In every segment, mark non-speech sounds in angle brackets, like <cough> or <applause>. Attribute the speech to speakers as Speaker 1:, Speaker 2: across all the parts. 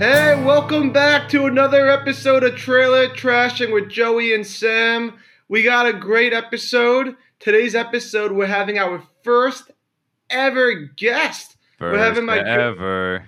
Speaker 1: welcome back to another episode of Trailer Trashing with Joey and Sam. We got a great episode. Today's episode, we're having our first ever guest.
Speaker 2: First
Speaker 1: We're having my-
Speaker 2: ever.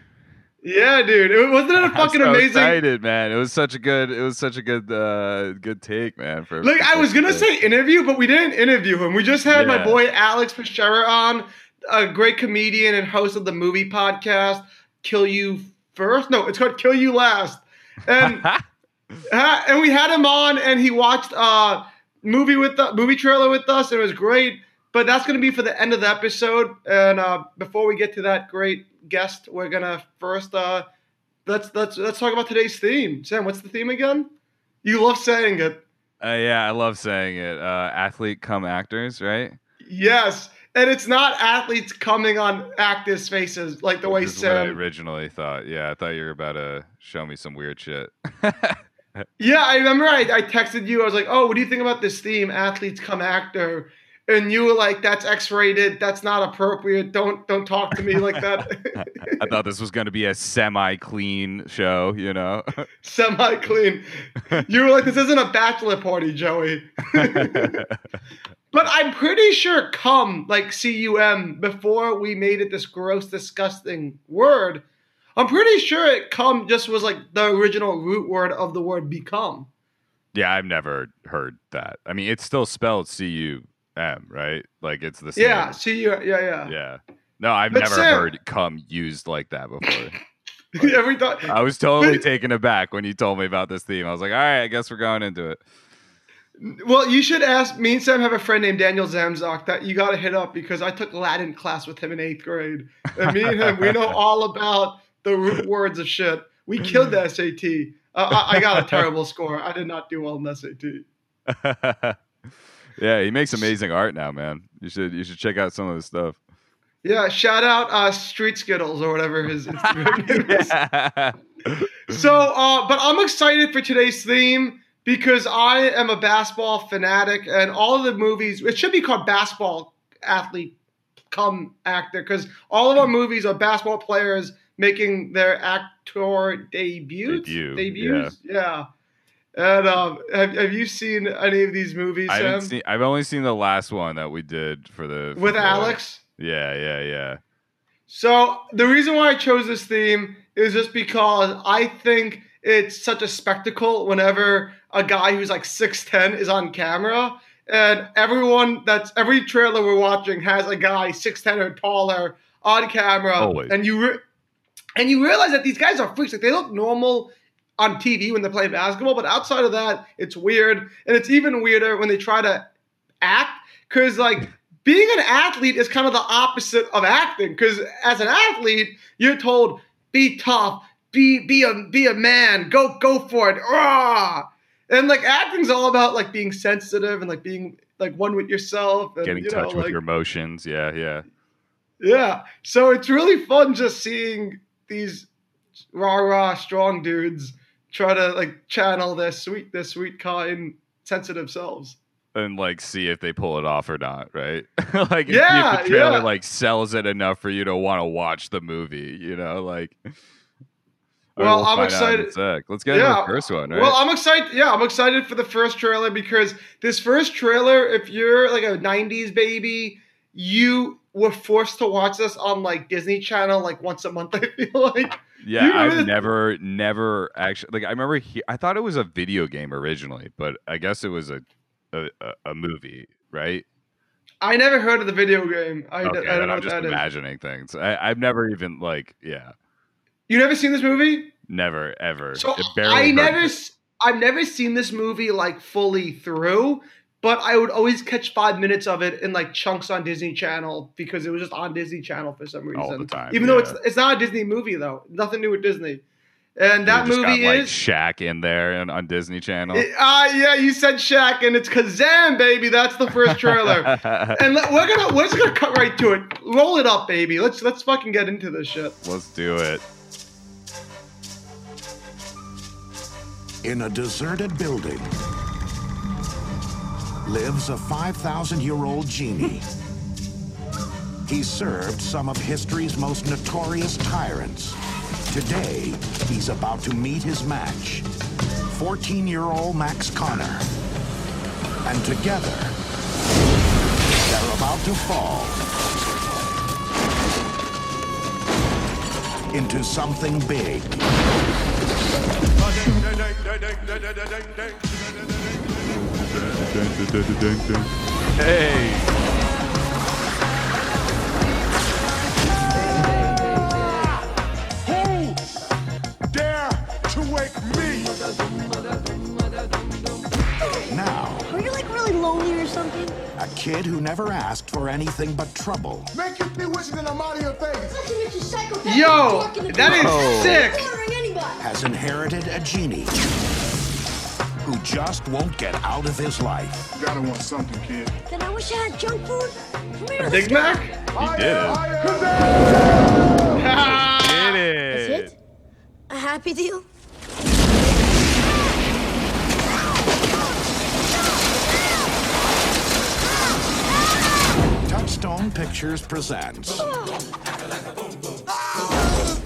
Speaker 1: Yeah, dude, it, wasn't it a <laughs> fucking
Speaker 2: I'm so
Speaker 1: amazing?
Speaker 2: Excited, man! It was such a good. It was such a good. Uh, good take, man. For
Speaker 1: Like I was gonna
Speaker 2: for-
Speaker 1: say interview, but we didn't interview him. We just had my
Speaker 2: Yeah.
Speaker 1: boy Alex Fischera on, a great comedian and host of the movie podcast "Kill You First. No, it's called "Kill You Last,"
Speaker 2: <laughs>
Speaker 1: and ha- and we had him on, and he watched uh movie with the movie trailer with us. It was great, but that's gonna be for the end of the episode. And uh, before we get to that great guest, we're gonna first uh let's let's let's talk about today's theme. Sam, what's the theme again? You love saying it.
Speaker 2: Uh, yeah, I love saying it. Uh, athlete come actors, right?
Speaker 1: Yes, and it's not athletes coming on actors' faces like the
Speaker 2: Which
Speaker 1: way
Speaker 2: is what I
Speaker 1: Sam.
Speaker 2: originally thought. Yeah, I thought you were about to show me some weird shit.
Speaker 1: Yeah, I remember I, I texted you. I was like, "Oh, what do you think about this theme? Athletes come actor," and you were like, "That's X-rated. That's not appropriate. Don't don't talk to me like that." <laughs>
Speaker 2: I thought this was going to be a semi-clean show, you know.
Speaker 1: Semi clean. You were like, "This isn't a bachelor party, Joey." <laughs> But I'm pretty sure "cum" like C U M before we made it this gross, disgusting word. I'm pretty sure it "cum" just was like the original root word of the word "become."
Speaker 2: yeah, I've never heard that. I mean, it's still spelled C U M, right? Like it's the same.
Speaker 1: Yeah, C U. Yeah, yeah.
Speaker 2: Yeah. No, I've
Speaker 1: But
Speaker 2: never
Speaker 1: Sam-
Speaker 2: heard "come" used like that
Speaker 1: <laughs>
Speaker 2: before.
Speaker 1: Every time.
Speaker 2: I was totally taken aback when you told me about this theme. I was like, all right, I guess we're going into it.
Speaker 1: Well, you should ask. Me and Sam have a friend named Daniel Zamzok that you got to hit up because I took Latin class with him in eighth grade, and me and him we know all about the root words of shit. We killed the SAT. Uh, I, I got a terrible score. I did not do well in the SAT.
Speaker 2: <laughs> yeah, he makes amazing art now, man. You should you should check out some of his
Speaker 1: <laughs>
Speaker 2: stuff.
Speaker 1: Yeah, shout out uh, Street Skittles or whatever his Instagram
Speaker 2: <laughs>
Speaker 1: name is.
Speaker 2: yeah.
Speaker 1: So, uh, but I'm excited for today's theme because I am a basketball fanatic, and all of the movies. It should be called basketball athlete come actor because all of our movies are basketball players making their actor debuts.
Speaker 2: Debut,
Speaker 1: debuts, yeah. And um, have, have you seen any of these movies,
Speaker 2: I
Speaker 1: Sam?
Speaker 2: haven't seen, I've only seen the last one that we did for the for
Speaker 1: with
Speaker 2: the-
Speaker 1: Alex.
Speaker 2: Yeah, yeah, yeah.
Speaker 1: So the reason why I chose this theme is just because I think it's such a spectacle whenever a guy who's like 6'10 is on camera and everyone that's every trailer we're watching has a guy 6'10 or taller on camera
Speaker 2: Always.
Speaker 1: and you re- and you realize that these guys are freaks like they look normal on TV when they play basketball but outside of that it's weird and it's even weirder when they try to act because like being an athlete is kind of the opposite of acting because as an athlete you're told be tough be be a be a man go go for it Rah! and like acting's all about like being sensitive and like being like one with yourself and,
Speaker 2: Get in
Speaker 1: Uh, you know,
Speaker 2: touch with
Speaker 1: like-
Speaker 2: your emotions. Yeah, yeah.
Speaker 1: yeah so it's really fun just seeing these rah rah strong dudes try to like channel their sweet their sweet kind sensitive selves
Speaker 2: And like see if they pull it off or not, right? <laughs> like
Speaker 1: Yeah,
Speaker 2: if the trailer
Speaker 1: yeah.
Speaker 2: like sells it enough for you to want to watch the movie, you know, like <laughs> I mean,
Speaker 1: Well,
Speaker 2: we'll
Speaker 1: I'm
Speaker 2: find out in a
Speaker 1: excited-
Speaker 2: sec. Let's get into
Speaker 1: Yeah,
Speaker 2: the first one, right?
Speaker 1: Well, I'm excited. Yeah, I'm excited for the first trailer because this first trailer, if you're like a '90s baby, you were forced to watch this on like Disney Channel like once a month. <laughs> I feel like.
Speaker 2: Yeah,
Speaker 1: You remember
Speaker 2: I've
Speaker 1: the-
Speaker 2: never, never actually like. I remember he, I thought it was a video game originally, but I guess it was a a, a- a movie, right?
Speaker 1: I never heard of the video game. I,
Speaker 2: okay,
Speaker 1: I
Speaker 2: then
Speaker 1: don't know
Speaker 2: I'm
Speaker 1: what
Speaker 2: just
Speaker 1: that is.
Speaker 2: imagining things. I, I've never even like, yeah,
Speaker 1: You never seen this movie?
Speaker 2: never ever.
Speaker 1: So
Speaker 2: It barely
Speaker 1: I
Speaker 2: heard
Speaker 1: never,
Speaker 2: of it.
Speaker 1: s- I've never seen this movie like fully through, but I would always catch five minutes of it in like chunks on Disney Channel because it was just on Disney Channel for some reason.
Speaker 2: All the time,
Speaker 1: Even though
Speaker 2: yeah.
Speaker 1: it's it's not a Disney movie though, nothing to do with Disney. And that
Speaker 2: You just
Speaker 1: movie
Speaker 2: got, like,
Speaker 1: is
Speaker 2: Shaq in there and on Disney Channel.
Speaker 1: it- ah yeah, you said Shaq, and it's Kazam, baby. That's the
Speaker 2: <laughs>
Speaker 1: first trailer. and let, we're gonna we're just gonna cut right to it. Roll it up, baby. Let's let's fucking get into this shit.
Speaker 2: Let's do it.
Speaker 3: In a deserted building lives a 5,000 year old genie. he served some of history's most notorious tyrants Today, he's about to meet his match 14 year old Max Connor. And together, they're about to fall into something big.
Speaker 2: Hey.
Speaker 4: Who dare to wake me?
Speaker 3: Now,
Speaker 5: Are you like really lonely or something?
Speaker 3: a kid who never asked for anything but trouble
Speaker 4: Make you be wishing that I'm out of your face.
Speaker 5: Not to mention psychopath.
Speaker 1: Yo, that is sick.
Speaker 5: Cornering anybody.
Speaker 3: has inherited a genie who just won't get out of his life.
Speaker 4: You gotta want something, kid.
Speaker 5: Then I wish I had junk food. Come here.
Speaker 1: Big Mac? <laughs>
Speaker 2: He did it. Did it.
Speaker 1: Ah,
Speaker 5: That's it? A happy deal?
Speaker 3: Touchstone Pictures presents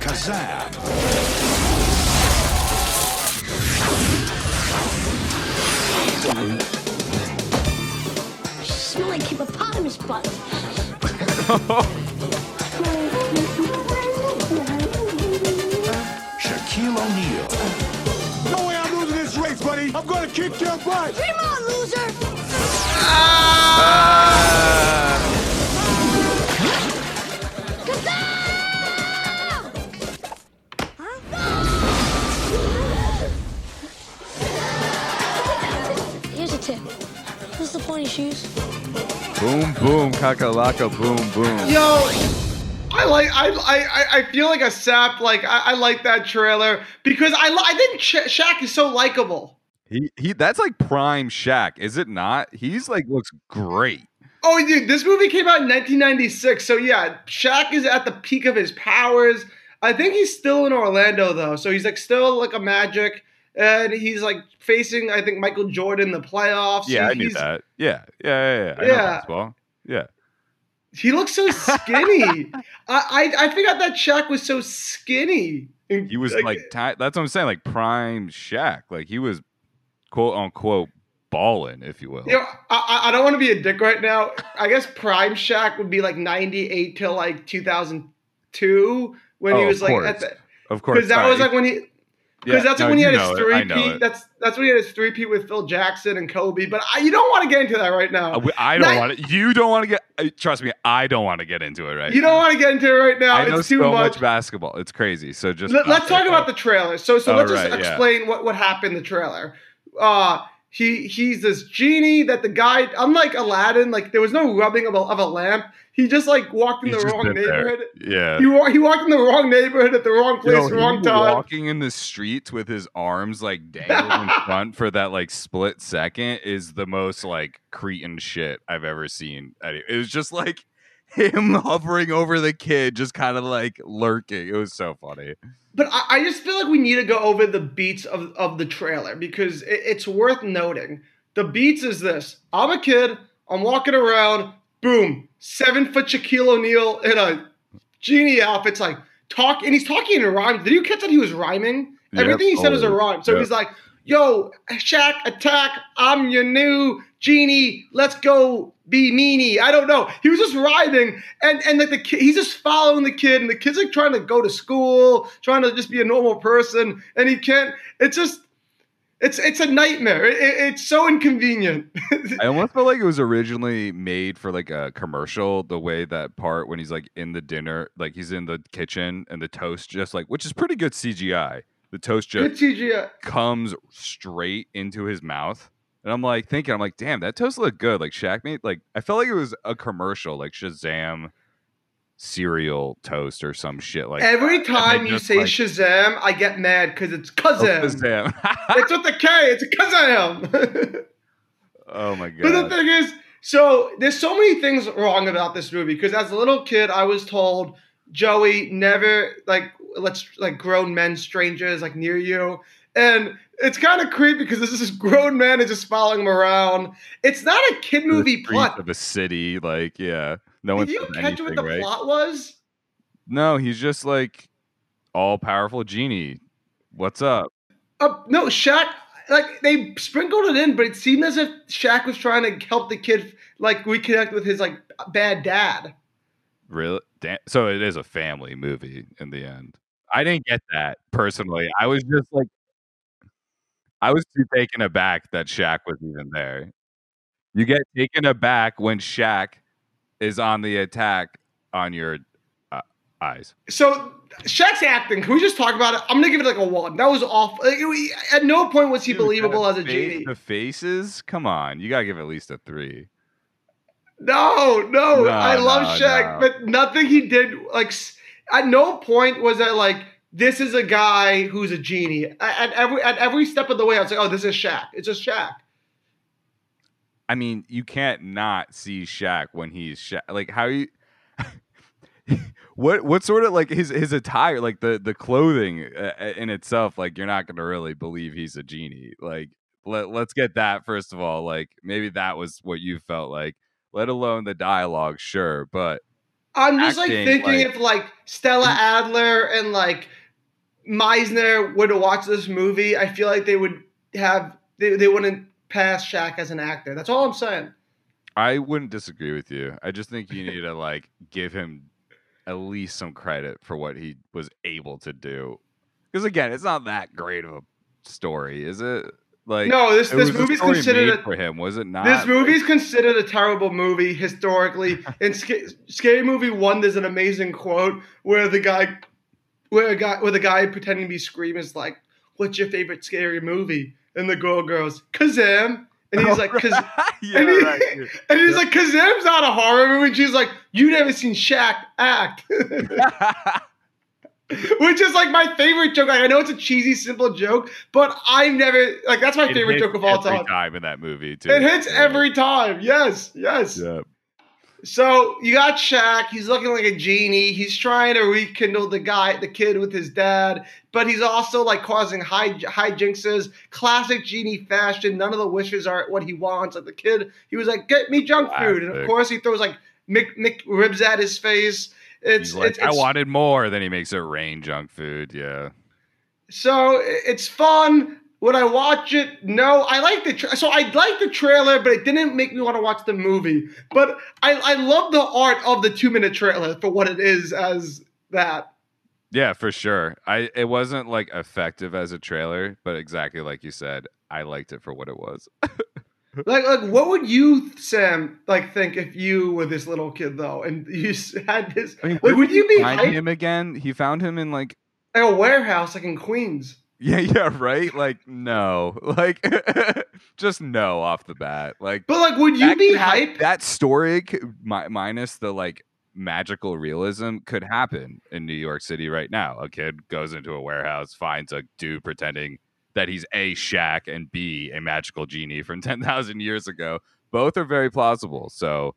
Speaker 3: Kazam,
Speaker 5: You smell like hippopotamus
Speaker 1: <laughs>
Speaker 5: butt. <laughs>
Speaker 3: Shaquille O'Neal,
Speaker 4: No way I'm losing this race, buddy. I'm gonna kick your butt.
Speaker 5: Dream on, loser. Kazam! Here's a tip. What's the point of shoes?
Speaker 2: Boom, boom, kakalaka, boom, boom.
Speaker 1: yo, I like. I I I- I feel like a sap. Like I, I like that trailer because I li- I think Sha Shaq is so likable.
Speaker 2: He, he, that's like prime Shaq, is it not? He's like looks great.
Speaker 1: Oh, dude, this movie came out in 1996, so yeah, Shaq is at the peak of his powers. I think he's still in Orlando though, so he's like still like a magic, and he's like facing I think Michael Jordan in the playoffs.
Speaker 2: Yeah, I knew
Speaker 1: He's-
Speaker 2: that. Yeah, yeah, yeah. yeah. I know
Speaker 1: Yeah.
Speaker 2: basketball. Yeah.
Speaker 1: He
Speaker 2: <laughs>
Speaker 1: looks so skinny. I, I I figured that Shaq was so skinny.
Speaker 2: He was like, ti- that's what I'm saying, like prime Shaq. Like he was quote unquote balling, if you will.
Speaker 1: You know, I, I- I don't want to be a dick right now. I guess Prime Shaq would be like 98 till like 2002 when he
Speaker 2: Oh,
Speaker 1: was
Speaker 2: of
Speaker 1: like at
Speaker 2: course.
Speaker 1: the
Speaker 2: Of course.
Speaker 1: because that
Speaker 2: sorry.
Speaker 1: was like when he
Speaker 2: Yeah,
Speaker 1: because that's
Speaker 2: no,
Speaker 1: when he
Speaker 2: you
Speaker 1: had
Speaker 2: know
Speaker 1: his
Speaker 2: it. I
Speaker 1: three
Speaker 2: know
Speaker 1: P.
Speaker 2: it.
Speaker 1: That's that's when he had his three P with Phil Jackson and Kobe. But I, you don't want to get into that right now.
Speaker 2: Uh, we- I don't
Speaker 1: Ni-
Speaker 2: want to. You don't want to get. uh, Trust me, I don't want to get into it right.
Speaker 1: you don't want to get into it right now.
Speaker 2: I know
Speaker 1: it's too
Speaker 2: so
Speaker 1: much.
Speaker 2: much basketball. It's crazy. So just
Speaker 1: Let, us talk about the trailer. So so let's
Speaker 2: All
Speaker 1: just
Speaker 2: Oh, right, yeah.
Speaker 1: explain what what happened in the trailer. Uh he he's this genie that the guy unlike Aladdin like there was no rubbing of a, of a lamp. He just like walked in
Speaker 2: He's
Speaker 1: the
Speaker 2: just
Speaker 1: wrong
Speaker 2: been there.
Speaker 1: neighborhood.
Speaker 2: Yeah.
Speaker 1: He, wa- he walked in the wrong neighborhood at the wrong place,
Speaker 2: Yo, he
Speaker 1: wrong
Speaker 2: was
Speaker 1: time.
Speaker 2: Walking in the streets with his arms like dangling in front for that like split second is the most like cretin shit I've ever seen. I- It was just like him <laughs> hovering over the kid, just kind of like lurking. It was so funny.
Speaker 1: But I, I just feel like we need to go over the beats of, of the trailer because it, it's worth noting. The beats is this I'm a kid, I'm walking around, boom, seven foot Shaquille O'Neal in a genie outfit. It's like, talk, and he's talking in rhyme. Did you catch that he was rhyming?
Speaker 2: Yep,
Speaker 1: Everything he said was a
Speaker 2: always.
Speaker 1: rhyme. So
Speaker 2: Yep.
Speaker 1: he's like, yo, Shaq, attack, I'm your new genie, let's go be meanie. I don't know. He was just riding and and like the kid he's just following the kid and the kid's like trying to go to school, trying to just be a normal person, and he can't it's just it's it's a nightmare. It- it- it's so inconvenient. <laughs>
Speaker 2: I almost felt like it was originally made for like a commercial. The way that part when he's like in the dinner, like he's in the kitchen and the toast just like, which is pretty good CGI. The toast
Speaker 1: Good
Speaker 2: just
Speaker 1: CGI.
Speaker 2: comes straight into his mouth. And I'm like thinking, I'm like, damn, that toast looked good. Like Shaq made, like I felt like it was a commercial, like Shazam cereal toast or some shit. Like
Speaker 1: Every time you
Speaker 2: just,
Speaker 1: say
Speaker 2: like-
Speaker 1: Shazam, I get mad because it's
Speaker 2: oh, <laughs>
Speaker 1: cousin.
Speaker 2: Shazam.
Speaker 1: It's with the K. It's <laughs> Kazam.
Speaker 2: oh my
Speaker 1: But the
Speaker 2: god.
Speaker 1: thing is, so there's so many things wrong about this movie because as a little kid, I was told Joey never like let's like grown men strangers like near you, and it's kind of creepy because this is grown man is just following him around. It's not a kid
Speaker 2: The
Speaker 1: movie
Speaker 2: streets
Speaker 1: plot.
Speaker 2: of a city, like yeah, no one
Speaker 1: Did
Speaker 2: says
Speaker 1: you catch
Speaker 2: anything,
Speaker 1: what the
Speaker 2: right?
Speaker 1: plot was?
Speaker 2: No, he's just like all powerful genie. What's up?
Speaker 1: Uh, no, Shaq. Like they sprinkled it in, but it seemed as if Shaq was trying to help the kid like reconnect with his like bad dad.
Speaker 2: Really? Damn. So it is a family movie in the end. I didn't get that personally. I was just like, I was too taken aback that Shaq was even there. You get taken aback when Shaq is on the attack on your uh, eyes.
Speaker 1: So Shaq's acting. Can we just talk about it? I'm gonna give it like a one. That was awful. Like, we- at no point was he believable as a
Speaker 2: Fa-
Speaker 1: genie.
Speaker 2: The faces? Come on. You got to give at least a three.
Speaker 1: No, no,
Speaker 2: No,
Speaker 1: I love
Speaker 2: no, no.
Speaker 1: Shaq, but nothing he did like s- at no point was I like this is a guy who's a genie. A- At every at every step of the way, I was like, oh, this is Shaq. It's just Shaq.
Speaker 2: I mean, you can't not see Shaq when he's Shaq. Like how you <laughs> what what sort of like his his attire, like the the clothing uh, uh, in itself, like you're not going to really believe he's a genie. Like let let's get that first of all. Like maybe that was what you felt like. Let alone the dialogue, sure, but
Speaker 1: I'm just like
Speaker 2: Acting,
Speaker 1: thinking
Speaker 2: like-
Speaker 1: if like
Speaker 2: <clears throat>
Speaker 1: Stella Adler and like Meisner were to watch this movie, I feel like they would have they, they wouldn't pass Shaq as an actor. That's all I'm saying.
Speaker 2: I wouldn't disagree with you. I just think
Speaker 1: <laughs>
Speaker 2: you need to like give him at least some credit for what he was able to do. Because again, it's not that great of a story, is it? Like
Speaker 1: no, this
Speaker 2: It
Speaker 1: this
Speaker 2: was a
Speaker 1: movie's
Speaker 2: story
Speaker 1: considered
Speaker 2: made
Speaker 1: a
Speaker 2: for him, was it not?
Speaker 1: This movie's considered a terrible movie historically. In Sc- Scary Movie One, there's an amazing quote where the guy, where a guy, where the guy pretending to be Scream is like, "What's your favorite scary movie?" And the girl goes, "Kazam," and
Speaker 2: Oh,
Speaker 1: he's like, "Kaz,"
Speaker 2: <laughs> yeah,
Speaker 1: and, <laughs> he-
Speaker 2: right, yeah.
Speaker 1: and he's like, "Kazam's not a horror movie." And she's like, "You never seen Shaq
Speaker 2: <laughs>
Speaker 1: act," <laughs> which is like my favorite joke. Like, I know it's a cheesy, simple joke, but I've never like that's my
Speaker 2: It
Speaker 1: favorite
Speaker 2: hits
Speaker 1: joke of all
Speaker 2: every
Speaker 1: time.
Speaker 2: time in that movie too.
Speaker 1: It hits
Speaker 2: Yeah.
Speaker 1: every time. Yes, yes.
Speaker 2: Yeah.
Speaker 1: So you got Shaq. He's looking like a genie. He's trying to rekindle the guy, the kid with his dad, but he's also like causing high hijinxes. Classic genie fashion. None of the wishes are what he wants. Like the kid, he was like, "Get me junk food," and of
Speaker 2: Classic.
Speaker 1: course he throws like Mick, Mick ribs at his face. It's,
Speaker 2: He's like,
Speaker 1: it's,
Speaker 2: I
Speaker 1: it's-
Speaker 2: wanted more. Then he makes it rain junk food. Yeah.
Speaker 1: So i- it's fun. Would I watch it? No. I like the tra- so I like the trailer, but it didn't make me want to watch the movie. But I, I love the art of the two minute trailer for what it is as that.
Speaker 2: Yeah, for sure. I it wasn't like effective as a trailer, but exactly like you said, I liked it for what it was.
Speaker 1: Like like what would you Sam like think if you were this little kid though, and <laughs> you s- had this?
Speaker 2: I mean,
Speaker 1: like, would you be
Speaker 2: find
Speaker 1: hyped?
Speaker 2: him again? He found him in like <laughs>
Speaker 1: like a warehouse like in Queens?
Speaker 2: yeah, yeah, right. Like no, <laughs> like just no off the bat. Like
Speaker 1: But like, would you
Speaker 2: that
Speaker 1: be
Speaker 2: could hap-
Speaker 1: hyped?
Speaker 2: That story, c- mi- minus the like magical realism, could happen in New York City right now. A kid goes into a warehouse, finds a dude pretending that he's a Shack and B a magical genie from <laughs> ten thousand years ago. Both are very plausible. So,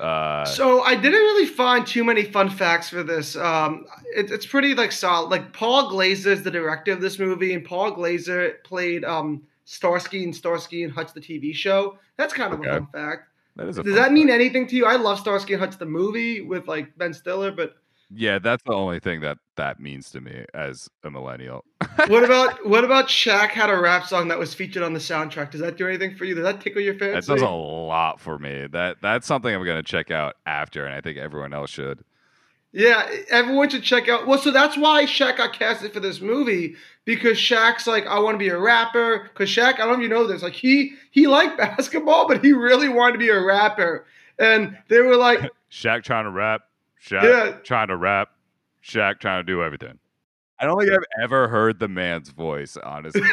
Speaker 2: uh,
Speaker 1: So I didn't really find too many fun facts for this. Um, it, it's pretty like solid. Like Paul Glazer is the director of this movie, and Paul Glazer played um, Starsky and Starsky and Hutch the TV show. That's kind of
Speaker 2: Okay.
Speaker 1: a fun fact.
Speaker 2: that is a
Speaker 1: Does
Speaker 2: fun
Speaker 1: that mean anything to you? I love Starsky and Hutch the movie with like Ben Stiller, but
Speaker 2: Yeah, that's the only thing that that means to me as a millennial.
Speaker 1: what about <laughs> what about Shaq had a rap song that was featured on the soundtrack? Does that do anything for you? Does that tickle your
Speaker 2: That
Speaker 1: fancy?
Speaker 2: does a lot for me. That that's something I'm gonna check out after, and I think everyone else should.
Speaker 1: Yeah, everyone should check out. Well, so that's why Shaq got casted for this movie because Shaq's like, I want to be a rapper. Because Shaq, I don't know if you know this, like he he liked <laughs> basketball, but he really wanted to be a rapper. And they were like, <laughs>
Speaker 2: Shaq trying to rap, Shaq
Speaker 1: Yeah.
Speaker 2: trying to rap, Shaq trying to do everything. I don't think I've ever heard the man's voice, honestly. <laughs>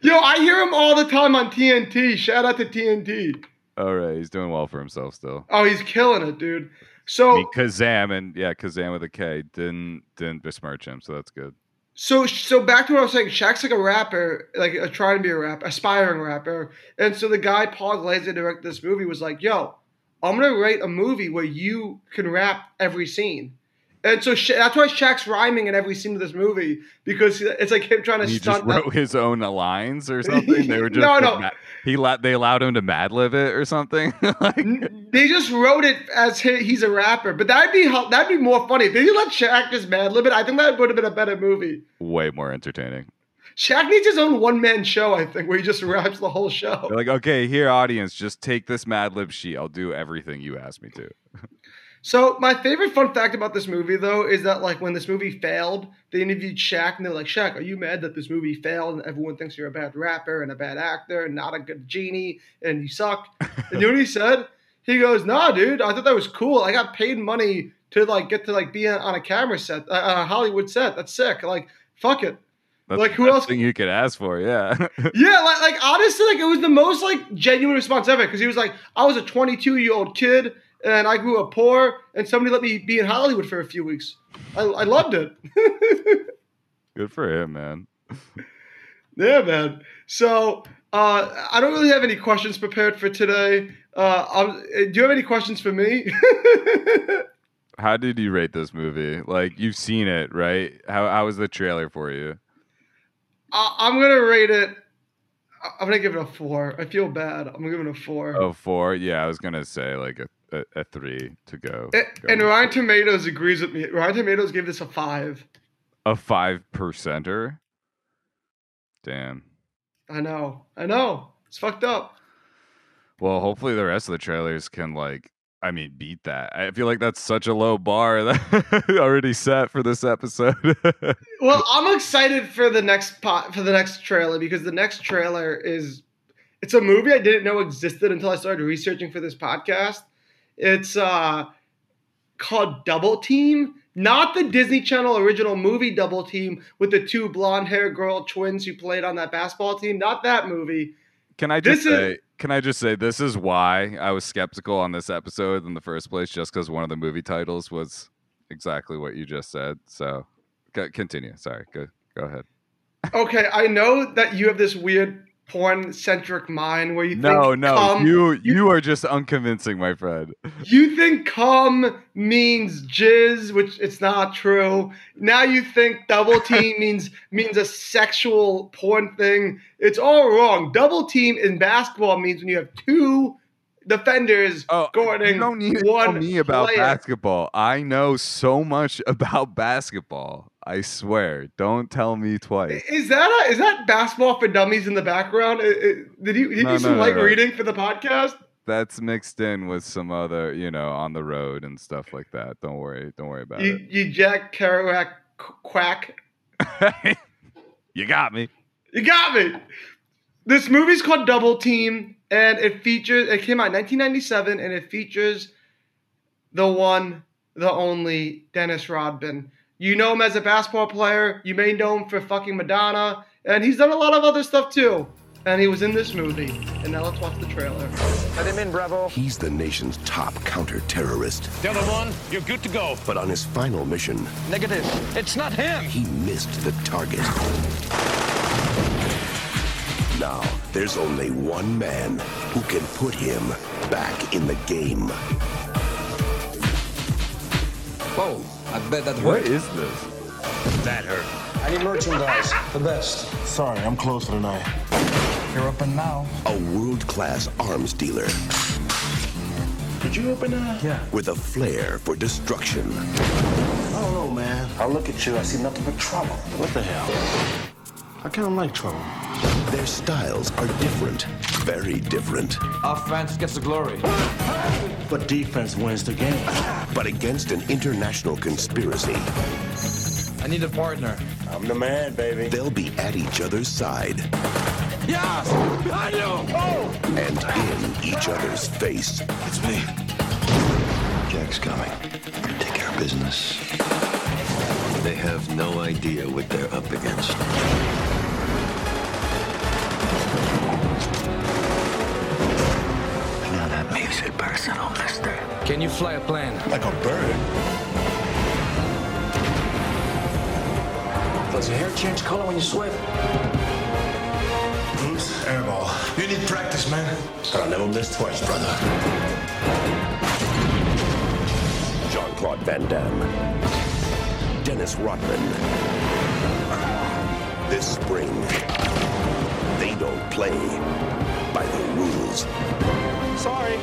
Speaker 1: Yo, I hear him all the time on TNT. Shout out to TNT.
Speaker 2: All right, he's doing well for himself still.
Speaker 1: Oh, he's killing it, dude.
Speaker 2: I
Speaker 1: So
Speaker 2: mean, Kazam and yeah, Kazam with a K didn't didn't besmirch him, so that's good.
Speaker 1: So, so back to what I was saying. Shaq's like a rapper, like a, trying to be a rap, aspiring rapper. And so the guy Paul Glazer directed this movie was like, "Yo, I'm gonna write a movie where you can rap every scene." And so Sha that's why Shaq's rhyming in every scene of this movie because he- it's like him trying to
Speaker 2: he just
Speaker 1: stunt.
Speaker 2: wrote his own lines or something. <laughs> They were just
Speaker 1: No, no.
Speaker 2: ma- He la- they allowed him to Mad Lib it or something. <laughs> like,
Speaker 1: they just wrote it as he, he's a rapper, but that'd be hel- that'd be more funny. If they let Shaq just mad lib it, I think that would have been a better movie.
Speaker 2: way more entertaining.
Speaker 1: Shaq needs his own one man show, I think, where he just raps the whole
Speaker 2: They're
Speaker 1: show.
Speaker 2: like, okay, here, audience, just take this Mad Lib sheet. I'll do everything you ask me to.
Speaker 1: So my favorite fun fact about this movie, though, is that like when this movie failed, they interviewed Shaq and they're like, "Shaq, are you mad that this movie failed and everyone thinks you're a bad rapper and a bad actor and not a good genie and you suck?" and you know what he said? He goes, "Nah, dude, I thought that was cool. I got paid money to like get to like be on- on a camera set, uh, a Hollywood set. That's sick. Like, fuck it."
Speaker 2: That's
Speaker 1: Like,
Speaker 2: the
Speaker 1: who
Speaker 2: best
Speaker 1: else-
Speaker 2: Thing you could ask for, yeah. <laughs>
Speaker 1: Yeah, like, like honestly, like it was the most like genuine response ever because he was like, I was a 22 year old kid and I grew up poor, and somebody let me be in Hollywood for a few weeks. I, I loved it. <laughs>
Speaker 2: Good for him, man.
Speaker 1: yeah, man. So uh, I don't really have any questions prepared for today. Uh, I'm, uh, do you have any questions for me? <laughs>
Speaker 2: How did you rate this movie? Like, you've seen it, right? How how was the trailer for you?
Speaker 1: I, I'm gonna rate it. I- I'm gonna give it a four. I feel bad. I'm giving it a four.
Speaker 2: Oh, four. Yeah, I was gonna say like a, a, a three to go.
Speaker 1: A- Eh, and Ryan Tomatoes agrees with me. Ryan Tomatoes gave this a five.
Speaker 2: a five percenter. Damn.
Speaker 1: I know. I know. It's fucked up.
Speaker 2: Well, hopefully the rest of the trailers can like, I mean, beat that. I feel like that's such a low bar <laughs> that already set for this episode. <laughs>
Speaker 1: Well, I'm excited for the next pot for the next trailer because the next trailer is it's a movie I didn't know existed until I started researching for this podcast. It's uh called Double Team, not the Disney Channel original movie Double Team with the two blonde hair girl twins who played on that basketball team. Not that movie.
Speaker 2: can I just
Speaker 1: This is-
Speaker 2: say? Can I just say this is why I was skeptical on this episode in the first place, just because one of the movie titles was exactly what you just said. So, c- continue. Sorry. Go go ahead.
Speaker 1: Okay, I know that you have this weird porn centric mind where you
Speaker 2: No,
Speaker 1: think um,
Speaker 2: no,
Speaker 1: cum-
Speaker 2: you you are just unconvincing, my friend.
Speaker 1: You think cum means jizz, which it's not true. Now you think
Speaker 2: <laughs>
Speaker 1: double team means means a sexual porn thing. It's all wrong. Double team in basketball means when you have two defenders
Speaker 2: Oh,
Speaker 1: guarding
Speaker 2: you don't need to tell
Speaker 1: one
Speaker 2: me about
Speaker 1: player.
Speaker 2: basketball. I know so much <laughs> about basketball. I swear. Don't tell me twice.
Speaker 1: Is that a, is that basketball for dummies in the background? I- I- Did you did
Speaker 2: No,
Speaker 1: you do some
Speaker 2: no,
Speaker 1: light
Speaker 2: no.
Speaker 1: reading for the podcast?
Speaker 2: That's mixed in with some other, you know, on the road and stuff like that. Don't worry. Don't worry about
Speaker 1: You, you Jack Kerouac qu- quack
Speaker 2: it. <laughs> you got me.
Speaker 1: You got me. This movie's called Double Team, and it features. It came out in 1997, and it features the one, the only Dennis Rodman. You know him as a basketball player. You may know him for fucking Madonna, and he's done a lot of other stuff too. And he was in this movie. And now let's watch the trailer.
Speaker 6: Let him in, Bravo.
Speaker 7: He's the nation's top counter-terrorist,
Speaker 8: Delavan, you're good to go.
Speaker 7: but on his final mission,
Speaker 6: Negative. It's not him.
Speaker 7: he missed the target. Now, there's only one man who can put him back in the game.
Speaker 6: Oh, I bet that
Speaker 2: What is this?
Speaker 6: Any merchandise? the best.
Speaker 4: Sorry, I'm closer than I.
Speaker 6: You're up and now.
Speaker 7: A world-class arms dealer
Speaker 4: Did you open that? Yeah.
Speaker 7: with a flair for destruction.
Speaker 4: I don't know, man. I look at you, I see nothing but trouble. What the hell? I kind of like trouble.
Speaker 7: Their styles are different, very different.
Speaker 6: Offense gets the glory.
Speaker 4: But defense wins the game.
Speaker 7: But against an international conspiracy,
Speaker 6: I need a partner.
Speaker 4: I'm the man, baby.
Speaker 7: they'll be at each other's side
Speaker 6: Yes! I do!
Speaker 7: and in each other's face.
Speaker 4: It's me.
Speaker 9: Jack's coming. Gonna take care of business. They have no idea what they're up against. Now that makes it personal, mister.
Speaker 6: Can you fly a plane?
Speaker 7: Like a bird.
Speaker 6: Does your hair change color when you sweat?
Speaker 4: Bruce Airball. You need practice, man.
Speaker 7: I'll never miss twice, brother. Jean Claude Van Damme. Dennis Rodman. This spring, they don't play by the rules.
Speaker 8: Sorry.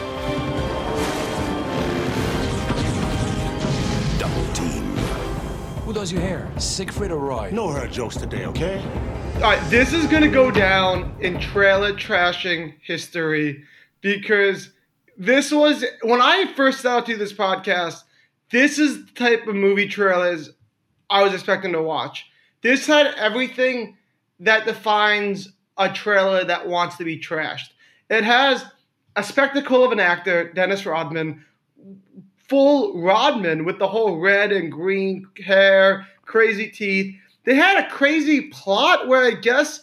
Speaker 7: Double team.
Speaker 6: Who does your hair? Siegfried or Roy?
Speaker 4: No her jokes today, okay?
Speaker 1: All right, this is gonna go down in trailer trashing history because this was when I first started to do this podcast. This is the type of movie trailers I was expecting to watch. This had everything that defines a trailer that wants to be trashed. It has a spectacle of an actor, Dennis Rodman, full Rodman with the whole red and green hair, crazy teeth. They had a crazy plot where I guess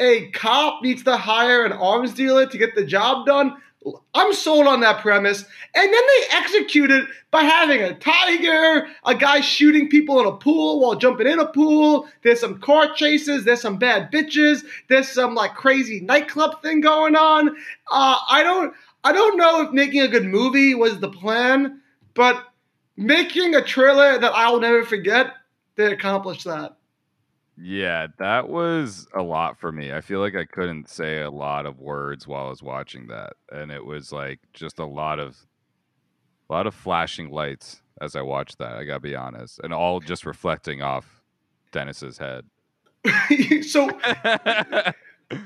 Speaker 1: a cop needs to hire an arms dealer to get the job done. I'm sold on that premise. And then they execute it by having a tiger, a guy shooting people in a pool while jumping in a pool. There's some car chases. There's some bad bitches. There's some like crazy nightclub thing going on. Uh, I don't, I don't know if making a good movie was the plan, but making a trailer that I'll never forget, they accomplished that. <laughs>
Speaker 2: Yeah, that was a lot for me. I feel like I couldn't say a lot of words while I was watching that, and it was like just a lot of, a lot of flashing lights as I watched that. I gotta be honest, and all just reflecting off Dennis's head. <laughs>
Speaker 1: so I,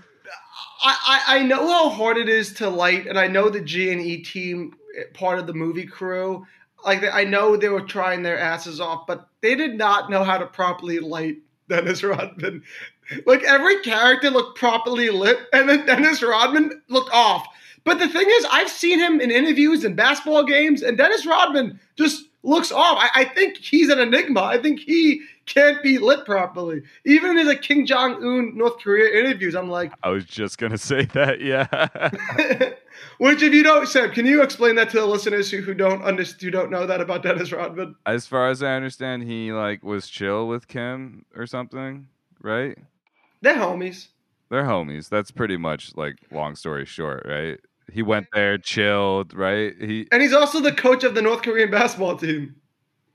Speaker 1: I, I know how hard it is to light, and I know the G and E team eh, part of the movie crew. Like I know they were trying their asses off, but they did not know how to properly light Dennis <laughs> Rodman. Like every character looked properly lit, and then Dennis Rodman looked off. But the thing is, I've seen him in interviews and basketball games, and Dennis Rodman just looks off. I, I think he's an enigma. I think he can't be lit properly. Even in the King Jong Un North Korea interviews, I'm like,
Speaker 2: I was just gonna say that. Yeah. <laughs>
Speaker 1: <laughs> Which, if you don't, Sam, can you explain that to the listeners who, who don't understand, who don't know that about Dennis Rodman?
Speaker 2: as far as I understand, he like was chill with Kim or something, right?
Speaker 1: They're homies.
Speaker 2: They're homies. That's pretty much like long story short, right? He went there, chilled, right? He
Speaker 1: And he's also the coach of the North Korean basketball team.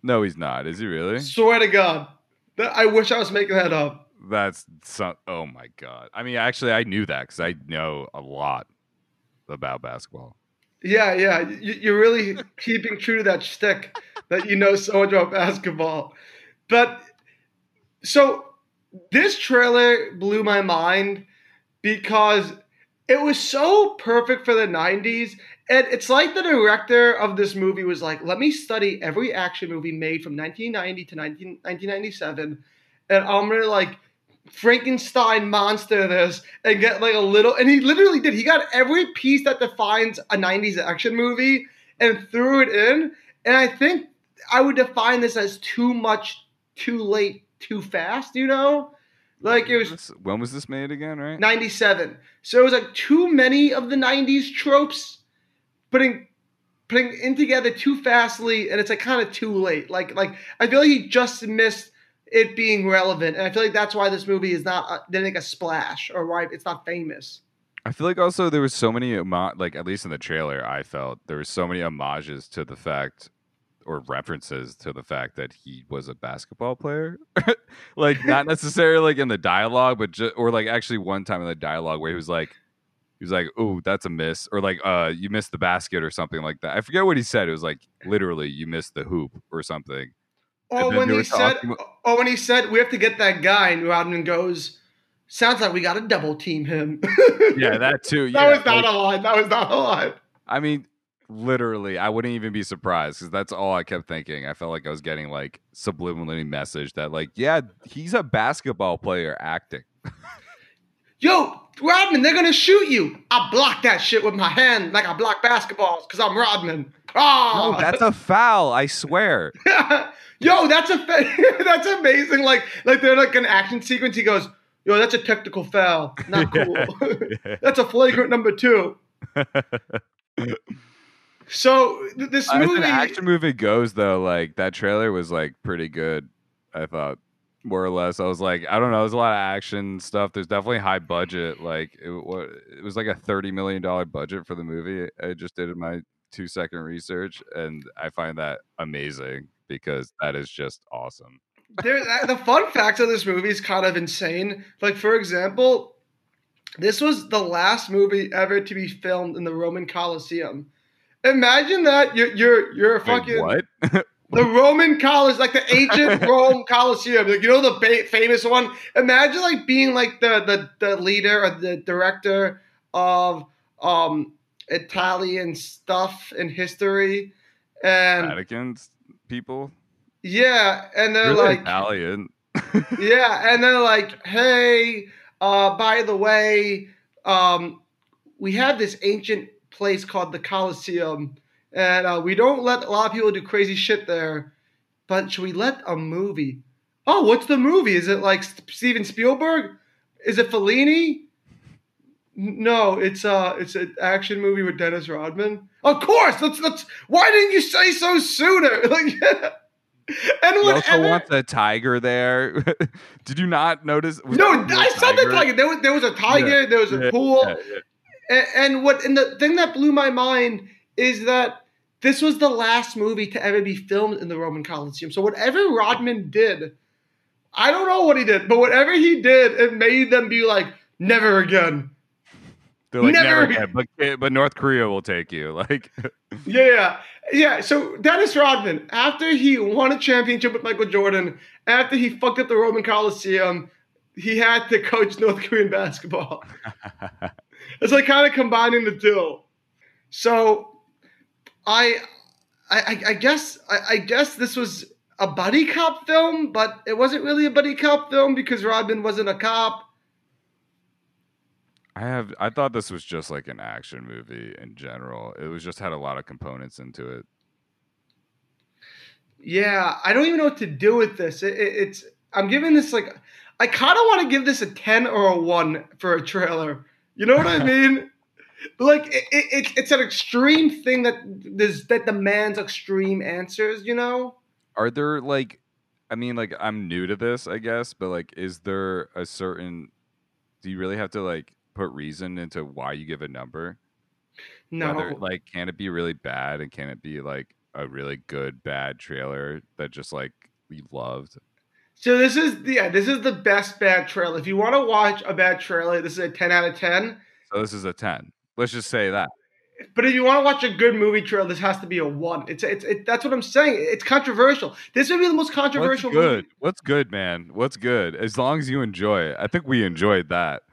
Speaker 2: no, he's not. Is he really?
Speaker 1: Swear to God. That- I wish I was making that up.
Speaker 2: That's so, oh my god. I mean, actually, I knew that because I know a lot about basketball.
Speaker 1: Yeah, yeah. You, you're really keeping true to that shtick that you know so much about basketball. But so this trailer blew my mind because it was so perfect for the 90s. And it's like the director of this movie was like, let me study every action movie made from 1990 to 19, 1997. And I'm going to like Frankenstein monster this and get like a little. And he literally did. He got every piece that defines a 90s action movie and threw it in. And I think I would define this as too much, too late, too fast, you know? Like it was
Speaker 2: This- When was this made again? Right?
Speaker 1: 97. So it was like too many of the 90s tropes putting putting in together too fastly and it's like kind of too late. Like like I feel like he just missed it being relevant and I feel like that's why this movie is not uh, didn't make a splash or why it's not famous.
Speaker 2: I feel like also there was so many homo- like at least in the trailer I felt there was so many homages to the fact or references to the fact that he was a basketball player. <laughs> like <laughs> not necessarily like in the dialogue but just or like actually one time in the dialogue where he was like he was like, "Oh, that's a miss," or like, "Uh, you missed the basket," or something like that. I forget what he said. It was like literally, "You missed the hoop" or something. And
Speaker 1: Or
Speaker 2: then
Speaker 1: Oh, when
Speaker 2: they
Speaker 1: he
Speaker 2: were
Speaker 1: said
Speaker 2: talking-
Speaker 1: or when he said we have to get that guy and Rodman goes sounds like we got to double team him. <laughs>
Speaker 2: Yeah, that too.
Speaker 1: that
Speaker 2: yeah,
Speaker 1: was not
Speaker 2: like-
Speaker 1: a line. That was not a line.
Speaker 2: I mean, literally, I wouldn't even be surprised because that's all I kept thinking. I felt like I was getting like subliminally message that like, yeah, he's a basketball player acting.
Speaker 1: Yo, Rodman, they're gonna shoot you. I block that shit with my hand like I block basketballs because I'm Rodman.
Speaker 2: Oh,
Speaker 1: <laughs> Oh,
Speaker 2: that's a foul! I swear.
Speaker 1: yo, that's a fa- <laughs> that's amazing. Like like they're like an action sequence. He goes, yo, that's a technical foul. Not cool. <laughs> that's a flagrant number two. so th- this
Speaker 2: As
Speaker 1: movie,
Speaker 2: Uh, an action movie goes, though, like that trailer was like pretty good. I thought more or less. I was like, I don't know. There's a lot of action stuff. There's definitely high budget. Like it, wa- it was like a thirty million dollar budget for the movie. I just did my two second research, and I find that amazing because that is just awesome.
Speaker 1: there, the fun facts of this movie is kind of insane. Like, for example, this was the last movie ever to be filmed in the Roman Colosseum. Imagine that you're you're you're a fucking
Speaker 2: Wait, what?
Speaker 1: the Roman Colosseum, like
Speaker 2: <laughs>
Speaker 1: the ancient Rome Colosseum, like you know the ba- famous one. Imagine like being like the the, the leader or the director of um Italian stuff in history, and
Speaker 2: Vatican people?
Speaker 1: yeah, and they're
Speaker 2: Really
Speaker 1: like
Speaker 2: Italian.
Speaker 1: yeah, and they're like, hey, uh, by the way, um, we have this ancient place called the Colosseum, and uh, we don't let a lot of people do crazy shit there, but should we let a movie? Oh, what's the movie? Is it like St- Steven Spielberg? Is it Fellini? N- No, it's uh it's an action movie with Dennis Rodman. Of course, let's let's. Why didn't you say so sooner? <laughs> Like, and
Speaker 2: You also
Speaker 1: whenever-
Speaker 2: want the tiger there. <laughs> Did you not notice? was
Speaker 1: no,
Speaker 2: there a
Speaker 1: I saw the
Speaker 2: tiger?
Speaker 1: tiger. There was, there was a tiger. There was a
Speaker 2: Yeah,
Speaker 1: pool.
Speaker 2: yeah, yeah.
Speaker 1: And, and what? And the thing that blew my mind is that this was the last movie to ever be filmed in the Roman Coliseum. So whatever Rodman did, I don't know what he did, but whatever he did, it made them be like, never again.
Speaker 2: They're like
Speaker 1: Never
Speaker 2: never,
Speaker 1: again."
Speaker 2: again, but but North Korea will take you. <laughs> Like
Speaker 1: Yeah, yeah. So Dennis Rodman, after he won a championship with Michael Jordan, after he fucked up the Roman Coliseum, he had to coach North Korean basketball. it's like kind of combining the two. So, I, I, I- I guess, I, I guess this was a buddy cop film, but it wasn't really a buddy cop film because Rodman wasn't a cop.
Speaker 2: I have, I thought this was just like an action movie in general. It was just had a lot of components into it.
Speaker 1: Yeah, I don't even know what to do with this. It, it, it's I'm giving this like I kind of want to give this a ten or a one for a trailer. You know
Speaker 2: <laughs>
Speaker 1: what I mean? Like it, it, it, it's an extreme thing that this that demands extreme answers. You know?
Speaker 2: Are there like, I mean, like I'm new to this, I guess, but like, is there a certain? Do you really have to like put reason into why you give a number?
Speaker 1: No.
Speaker 2: Whether, like, can it be really bad, and can it be like a really good bad trailer that just like we loved?
Speaker 1: So this is yeah, this is the best bad trailer. If you want to watch a bad trailer, this is a ten out of ten.
Speaker 2: So this is a ten. Let's just say that.
Speaker 1: But if you want to watch a good movie trailer, this has to be a one. It's it's it, that's what I'm saying. It's controversial. This would be the most
Speaker 2: What's
Speaker 1: controversial movie.
Speaker 2: good? What's good, man? What's good? As long as you enjoy it. I think we enjoyed that.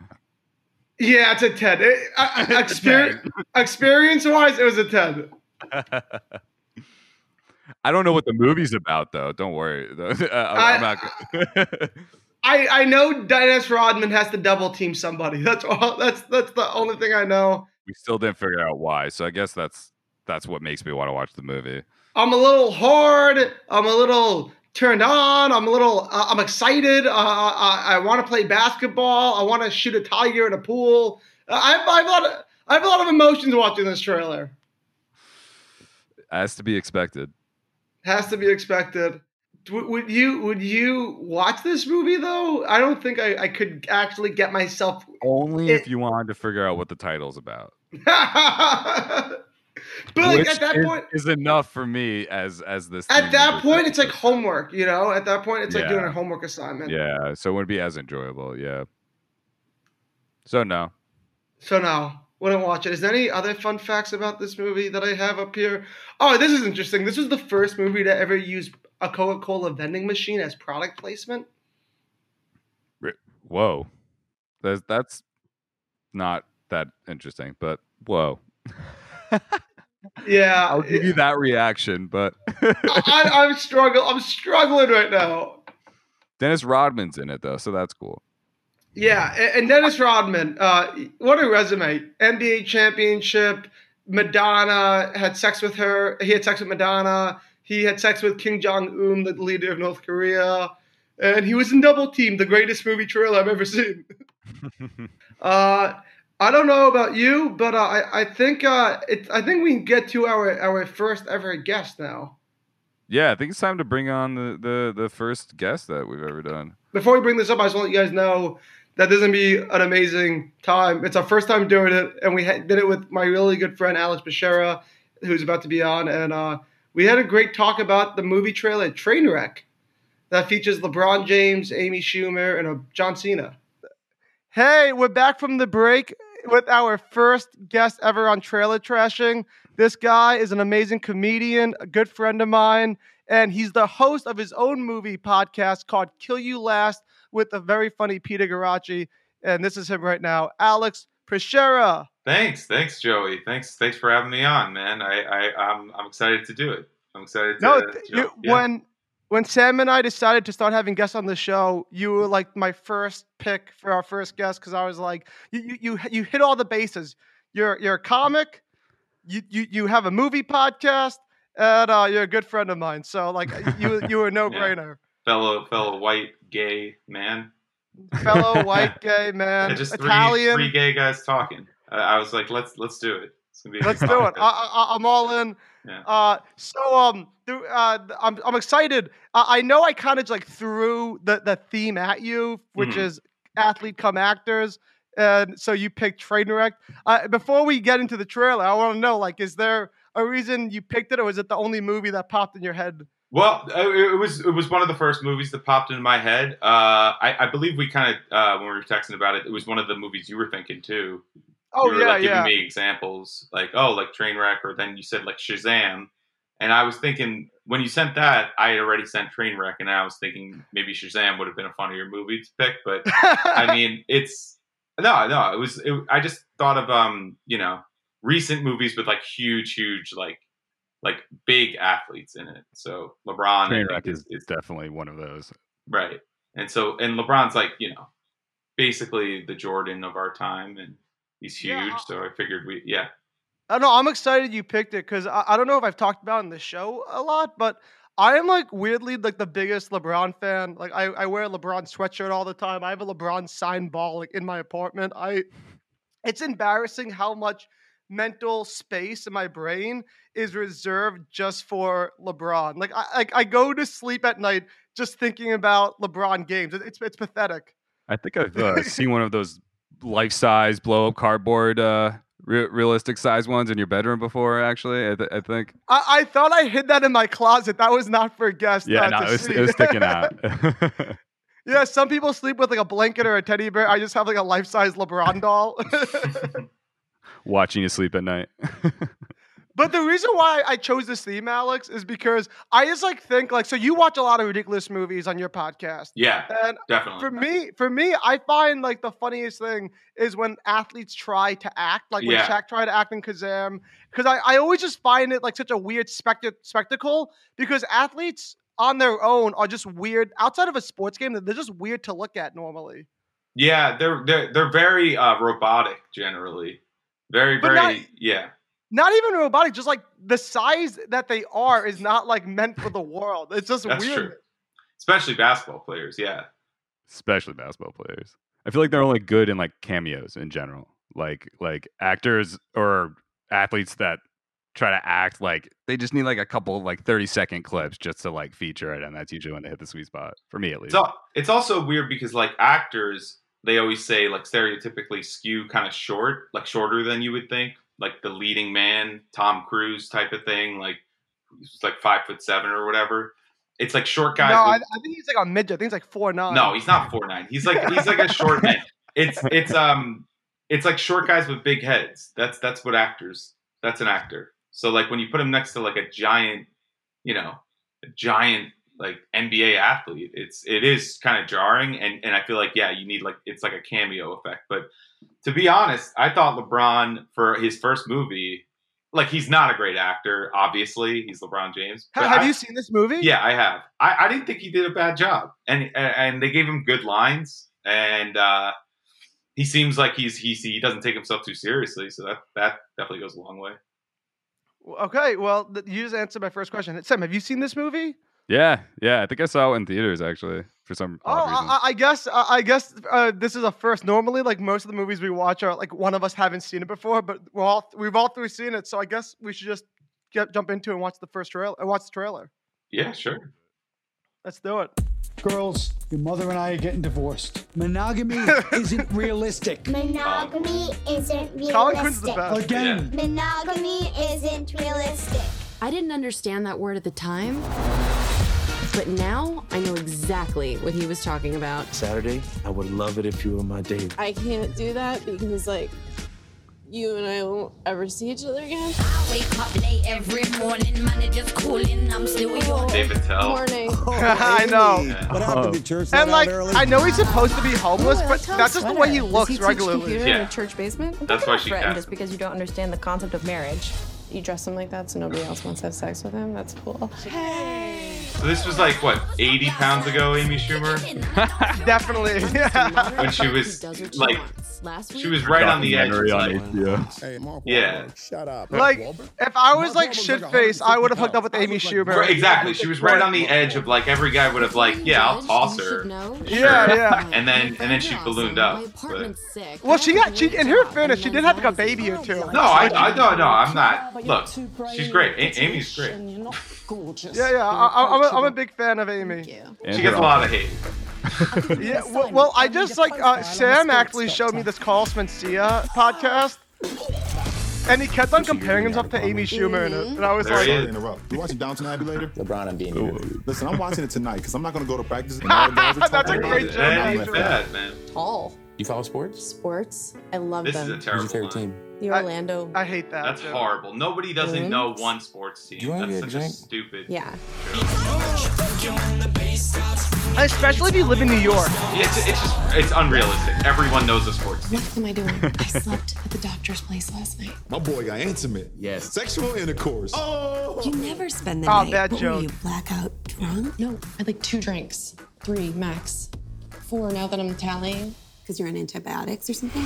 Speaker 1: Yeah, <laughs> it's a ten. It, I, I, experience experience wise, it was a ten.
Speaker 2: I don't know what the movie's about, though. Don't worry. <laughs> Though. I, am
Speaker 1: I-
Speaker 2: not gonna-
Speaker 1: I, I know Dennis Rodman has to double team somebody. <laughs> That's all. That's that's the only thing I know.
Speaker 2: <laughs> we still didn't figure out why. So I guess that's that's what makes me want to watch the movie.
Speaker 1: I'm a little hard. I'm a little turned on. I'm a little. Uh, I'm excited. Uh, I, I want to play basketball. I want to shoot a tiger in a pool. Uh, I, have, I have a lot. Of, I have a lot of emotions watching this trailer.
Speaker 2: As to be expected.
Speaker 1: Has to be expected. W- would you would you watch this movie though? I don't think I, I could actually get myself
Speaker 2: Only
Speaker 1: It-
Speaker 2: if you wanted to figure out what the title's about.
Speaker 1: <laughs> but like
Speaker 2: Which
Speaker 1: at that
Speaker 2: is,
Speaker 1: point,
Speaker 2: is enough for me as as this. thing
Speaker 1: at that
Speaker 2: is-
Speaker 1: point, it's like homework. You know, at that point, it's like doing
Speaker 2: Yeah.
Speaker 1: a homework assignment.
Speaker 2: yeah. So it wouldn't be as enjoyable. Yeah. So no.
Speaker 1: So no, wouldn't watch it. Is there any other fun facts about this movie that I have up here? Oh, this is interesting. This was the first movie to ever use a Coca-Cola vending machine as product placement.
Speaker 2: Re- Whoa. That's that's not that interesting, but whoa.
Speaker 1: Yeah,
Speaker 2: I'll give you that reaction, but <laughs>
Speaker 1: I, I'm struggle. I'm struggling right now.
Speaker 2: Dennis Rodman's in it though, so that's cool.
Speaker 1: Yeah, a- and Dennis Rodman, uh, what a resume! NBA championship. Madonna had sex with her. He had sex with Madonna. He had sex with Kim Jong Un, the leader of North Korea, and he was in Double Team, the greatest movie trailer I've ever seen. uh, I don't know about you, but uh, I, I think uh, it, I think we can get to our our first ever guest now.
Speaker 2: Yeah, I think it's time to bring on the the, the first guest that we've ever done.
Speaker 1: before we bring this up, I just want to let you guys know that this is gonna be an amazing time. It's our first time doing it, and we ha- did it with my really good friend Alex Becerra, who's about to be on, and uh, we had a great talk about the movie trailer Trainwreck. that features LeBron James, Amy Schumer, and a John Cena. Hey, we're back from the break with our first guest ever on Trailer Trashing. This guy is an amazing comedian, a good friend of mine, and he's the host of his own movie podcast called Kill You Last with the very funny Peter Garacci. And this is him right now, Alex Prishera.
Speaker 10: Thanks, thanks, Joey. Thanks, thanks for having me on, man. I, I I'm, I'm excited to do it. I'm excited. To,
Speaker 1: No, th-
Speaker 10: you know,
Speaker 1: you,
Speaker 10: yeah.
Speaker 1: when when Sam and I decided to start having guests on the show, you were like my first pick for our first guest because I was like, you, you you you hit all the bases. You're you're a comic, you you you have a movie podcast, and uh, you're a good friend of mine. So like you you were
Speaker 10: <laughs>
Speaker 1: no brainer,
Speaker 10: fellow fellow white gay man,
Speaker 1: fellow
Speaker 10: <laughs>
Speaker 1: white gay
Speaker 10: and
Speaker 1: man,
Speaker 10: just three,
Speaker 1: Italian.
Speaker 10: three gay guys talking. I, I was like, let's let's do it. It's gonna be. a
Speaker 1: Let's
Speaker 10: good
Speaker 1: do it. Uh, I,
Speaker 10: podcast.
Speaker 1: I, I'm all in.
Speaker 10: Yeah.
Speaker 1: Uh, so um, th- uh, I'm I'm excited. I, I know I kind of like threw the the theme at you, which
Speaker 10: Mhm.
Speaker 1: is athlete come actors, and so you picked Trainwreck. Uh, before we get into the trailer, I want to know like, is there a reason you picked it, or was it the only movie that popped in your head?
Speaker 10: Well, uh, it was it was one of the first movies that popped into my head. Uh, I, I believe we kind of uh, when we were texting about it, it was one of the movies you were thinking too.
Speaker 1: Oh
Speaker 10: you were
Speaker 1: yeah,
Speaker 10: like
Speaker 1: yeah. <laughs>
Speaker 10: giving me examples, like oh, like Trainwreck, or then you said like Shazam, and I was thinking when you sent that, I had already sent Trainwreck, and I was thinking maybe Shazam would have been a funnier movie to pick, but
Speaker 1: <laughs>
Speaker 10: I mean, it's no, no. It was. It, I just thought of um, you know, recent movies with like huge, huge like like big athletes in it. So LeBron I think,
Speaker 2: Trainwreck is, is definitely one of those.
Speaker 10: right, and so and LeBron's like you know, basically the Jordan of our time, and he's huge.
Speaker 1: Yeah.
Speaker 10: So I figured we yeah.
Speaker 1: I don't know. I'm excited you picked it because I, I don't know if I've talked about it in the show a lot, but I am like weirdly like the biggest LeBron fan. Like I, I wear a LeBron sweatshirt all the time. I have a LeBron signed ball like in my apartment. I it's embarrassing how much mental space in my brain is reserved just for LeBron. Like I like I go to sleep at night just thinking about LeBron games. It- It's it's pathetic.
Speaker 2: I think I've
Speaker 1: <laughs>
Speaker 2: uh, seen one of those life size blow up cardboard, uh, re- realistic size ones in your bedroom before. Actually, I, th- I think.
Speaker 1: I, I thought I hid that in my closet. That was not for guests.
Speaker 2: Yeah,
Speaker 1: uh,
Speaker 2: no,
Speaker 1: to
Speaker 2: it was,
Speaker 1: see.
Speaker 2: it was
Speaker 1: <laughs>
Speaker 2: sticking out. <laughs>
Speaker 1: Yeah, some people sleep with like a blanket or a teddy bear. I just have like a life size LeBron doll. <laughs>
Speaker 2: Watching you sleep at night. <laughs>
Speaker 1: but the reason why I chose this theme, Alex, is because I just like think like so you watch a lot of ridiculous movies on your podcast.
Speaker 10: Yeah,
Speaker 1: And
Speaker 10: definitely.
Speaker 1: Uh, for me, for me, I find like the funniest thing is when athletes try to act, like when
Speaker 10: Yeah.
Speaker 1: Shaq tried to act in Kazam, because I, I always just find it like such a weird specta- spectacle because athletes on their own are just weird outside of a sports game. They're just weird to look at normally.
Speaker 10: Yeah, they're they're they're very uh, robotic generally. Very
Speaker 1: But
Speaker 10: very
Speaker 1: not-
Speaker 10: yeah.
Speaker 1: not even robotic, just like the size that they are is not like meant for the world. It's just
Speaker 10: That's
Speaker 1: weird.
Speaker 10: true. Especially basketball players, yeah.
Speaker 2: especially basketball players. I feel like they're only good in like cameos in general. Like like actors or athletes that try to act like they just need like a couple like 30 second clips just to like feature it and that's usually when they hit the sweet spot for me at least.
Speaker 10: It's al- it's also weird because like actors, they always say like stereotypically skew kind of short, like shorter than you would think, like the leading man, Tom Cruise type of thing, like he's like five foot seven or whatever. It's like short guys.
Speaker 1: no, I, I
Speaker 10: with-
Speaker 1: think he's like a midget. I think he's like four nine.
Speaker 10: no,
Speaker 1: <laughs>
Speaker 10: he's not four nine. He's like he's like a short man. It's it's um it's like short guys with big heads. That's that's what actors. That's an actor. So like when you put him next to like a giant, you know, a giant like NBA athlete, it's it is kind of jarring. And and I feel like yeah, you need like it's like a cameo effect. But to be honest, I thought LeBron for his first movie, like he's not a great actor. Obviously, he's LeBron James.
Speaker 1: Ha-
Speaker 10: but
Speaker 1: have
Speaker 10: I-
Speaker 1: you seen this movie?
Speaker 10: yeah, I have. I, I didn't think he did a bad job, and and they gave him good lines, and uh, he seems like he's he's he doesn't take himself too seriously, so that that definitely goes a long way.
Speaker 1: Okay. Well, th- you just answered my first question. Sam, have you seen this movie?
Speaker 2: Yeah, yeah, I think I saw it in theaters actually for some
Speaker 1: Oh,
Speaker 2: odd reason.
Speaker 1: I, I- I guess. I I guess uh, this is a first. Normally, like most of the movies we watch are like one of us haven't seen it before, but we're all we've all three seen it. So I guess we should just get, jump into and watch the first trailer. Uh, watch the trailer.
Speaker 10: Yeah, sure.
Speaker 1: Let's do it.
Speaker 11: Girls, your mother and I are getting divorced.
Speaker 1: <laughs>
Speaker 6: Monogamy isn't realistic.
Speaker 5: Monogamy isn't realistic.
Speaker 1: Colin Quinn's the best. <laughs>
Speaker 11: Again.
Speaker 5: Monogamy isn't realistic.
Speaker 12: I didn't understand that word at the time, But now I know exactly what he was talking about.
Speaker 13: Saturday, I would love it if you were my date.
Speaker 14: I can't do that because, like, you and I won't ever see each other again.
Speaker 15: I wake up late every morning, manager's calling, I'm still yours.
Speaker 10: Dave Attell.
Speaker 14: Morning.
Speaker 1: I know.
Speaker 16: What happened to church? that
Speaker 1: And like,
Speaker 16: out early?
Speaker 1: I know he's supposed to be homeless,
Speaker 17: Ooh,
Speaker 1: <laughs> but
Speaker 17: Tom
Speaker 1: that's just the way he
Speaker 17: Sweater. Does
Speaker 1: looks
Speaker 17: he teach
Speaker 1: regularly.
Speaker 17: computer in
Speaker 10: Yeah.
Speaker 17: a church basement?
Speaker 10: That's
Speaker 17: Don't
Speaker 10: why
Speaker 17: get
Speaker 10: she
Speaker 17: threatened
Speaker 10: cast
Speaker 17: just because you don't understand the concept of marriage.
Speaker 14: You dress him like that so nobody else wants to have sex with him? That's cool.
Speaker 10: So this was like what 80 pounds ago, Amy Schumer,
Speaker 1: <laughs> Definitely. Yeah.
Speaker 10: when she was like, she was right on the edge. Like, yeah,
Speaker 1: Shut up. <laughs> Like, if I was like shit face, I would have hooked up with Amy Schumer.
Speaker 10: Right, exactly. She was right on the edge of like every guy would have like, yeah, I'll toss her.
Speaker 1: Yeah, <laughs> yeah.
Speaker 10: And then and then she ballooned up. But,
Speaker 1: Well, she got she in her fairness, she did have like a baby or two.
Speaker 10: no, I, I no no, I'm not. Look, she's great. A- Amy's great.
Speaker 1: Yeah, yeah. I, I, I'm, a, I'm a big fan of Amy.
Speaker 10: She gets
Speaker 2: <laughs>
Speaker 10: a lot of hate.
Speaker 1: Yeah. Well, well, I just like uh, Sam actually showed me this Carl Mencia podcast, and he kept on comparing himself to Amy Schumer in it, and I was
Speaker 18: Sorry
Speaker 1: like,
Speaker 18: to interrupt. You watching Downton Abbey later? LeBron, I'm being Listen, I'm watching it tonight because I'm not going to go to practice. And
Speaker 1: Ah!
Speaker 18: all the guys are
Speaker 1: <laughs> That's
Speaker 18: talking
Speaker 1: a
Speaker 18: about
Speaker 1: great
Speaker 18: it.
Speaker 1: joke. That
Speaker 14: is
Speaker 10: bad, man.
Speaker 14: Tall.
Speaker 18: You follow sports?
Speaker 14: Sports. I love
Speaker 10: This is
Speaker 14: them.
Speaker 10: a terrible line.
Speaker 14: The Orlando.
Speaker 1: I, hate that.
Speaker 10: That's horrible. Nobody doesn't know one sports team.
Speaker 18: wanna
Speaker 10: That's
Speaker 18: get a
Speaker 10: such a
Speaker 18: drink?
Speaker 10: stupid.
Speaker 14: Yeah.
Speaker 1: especially if you live in New York.
Speaker 10: It's, it's just it's unrealistic. Everyone knows a sports team.
Speaker 14: What am I doing? I slept at the doctor's place last night.
Speaker 18: My boy got intimate. Yes. Sexual intercourse.
Speaker 14: You never spend
Speaker 1: the Oh, night. bad What were joke. you,
Speaker 14: blackout drunk? No, I had like two drinks, three max, four now that I'm tallying. Because you're on antibiotics or something?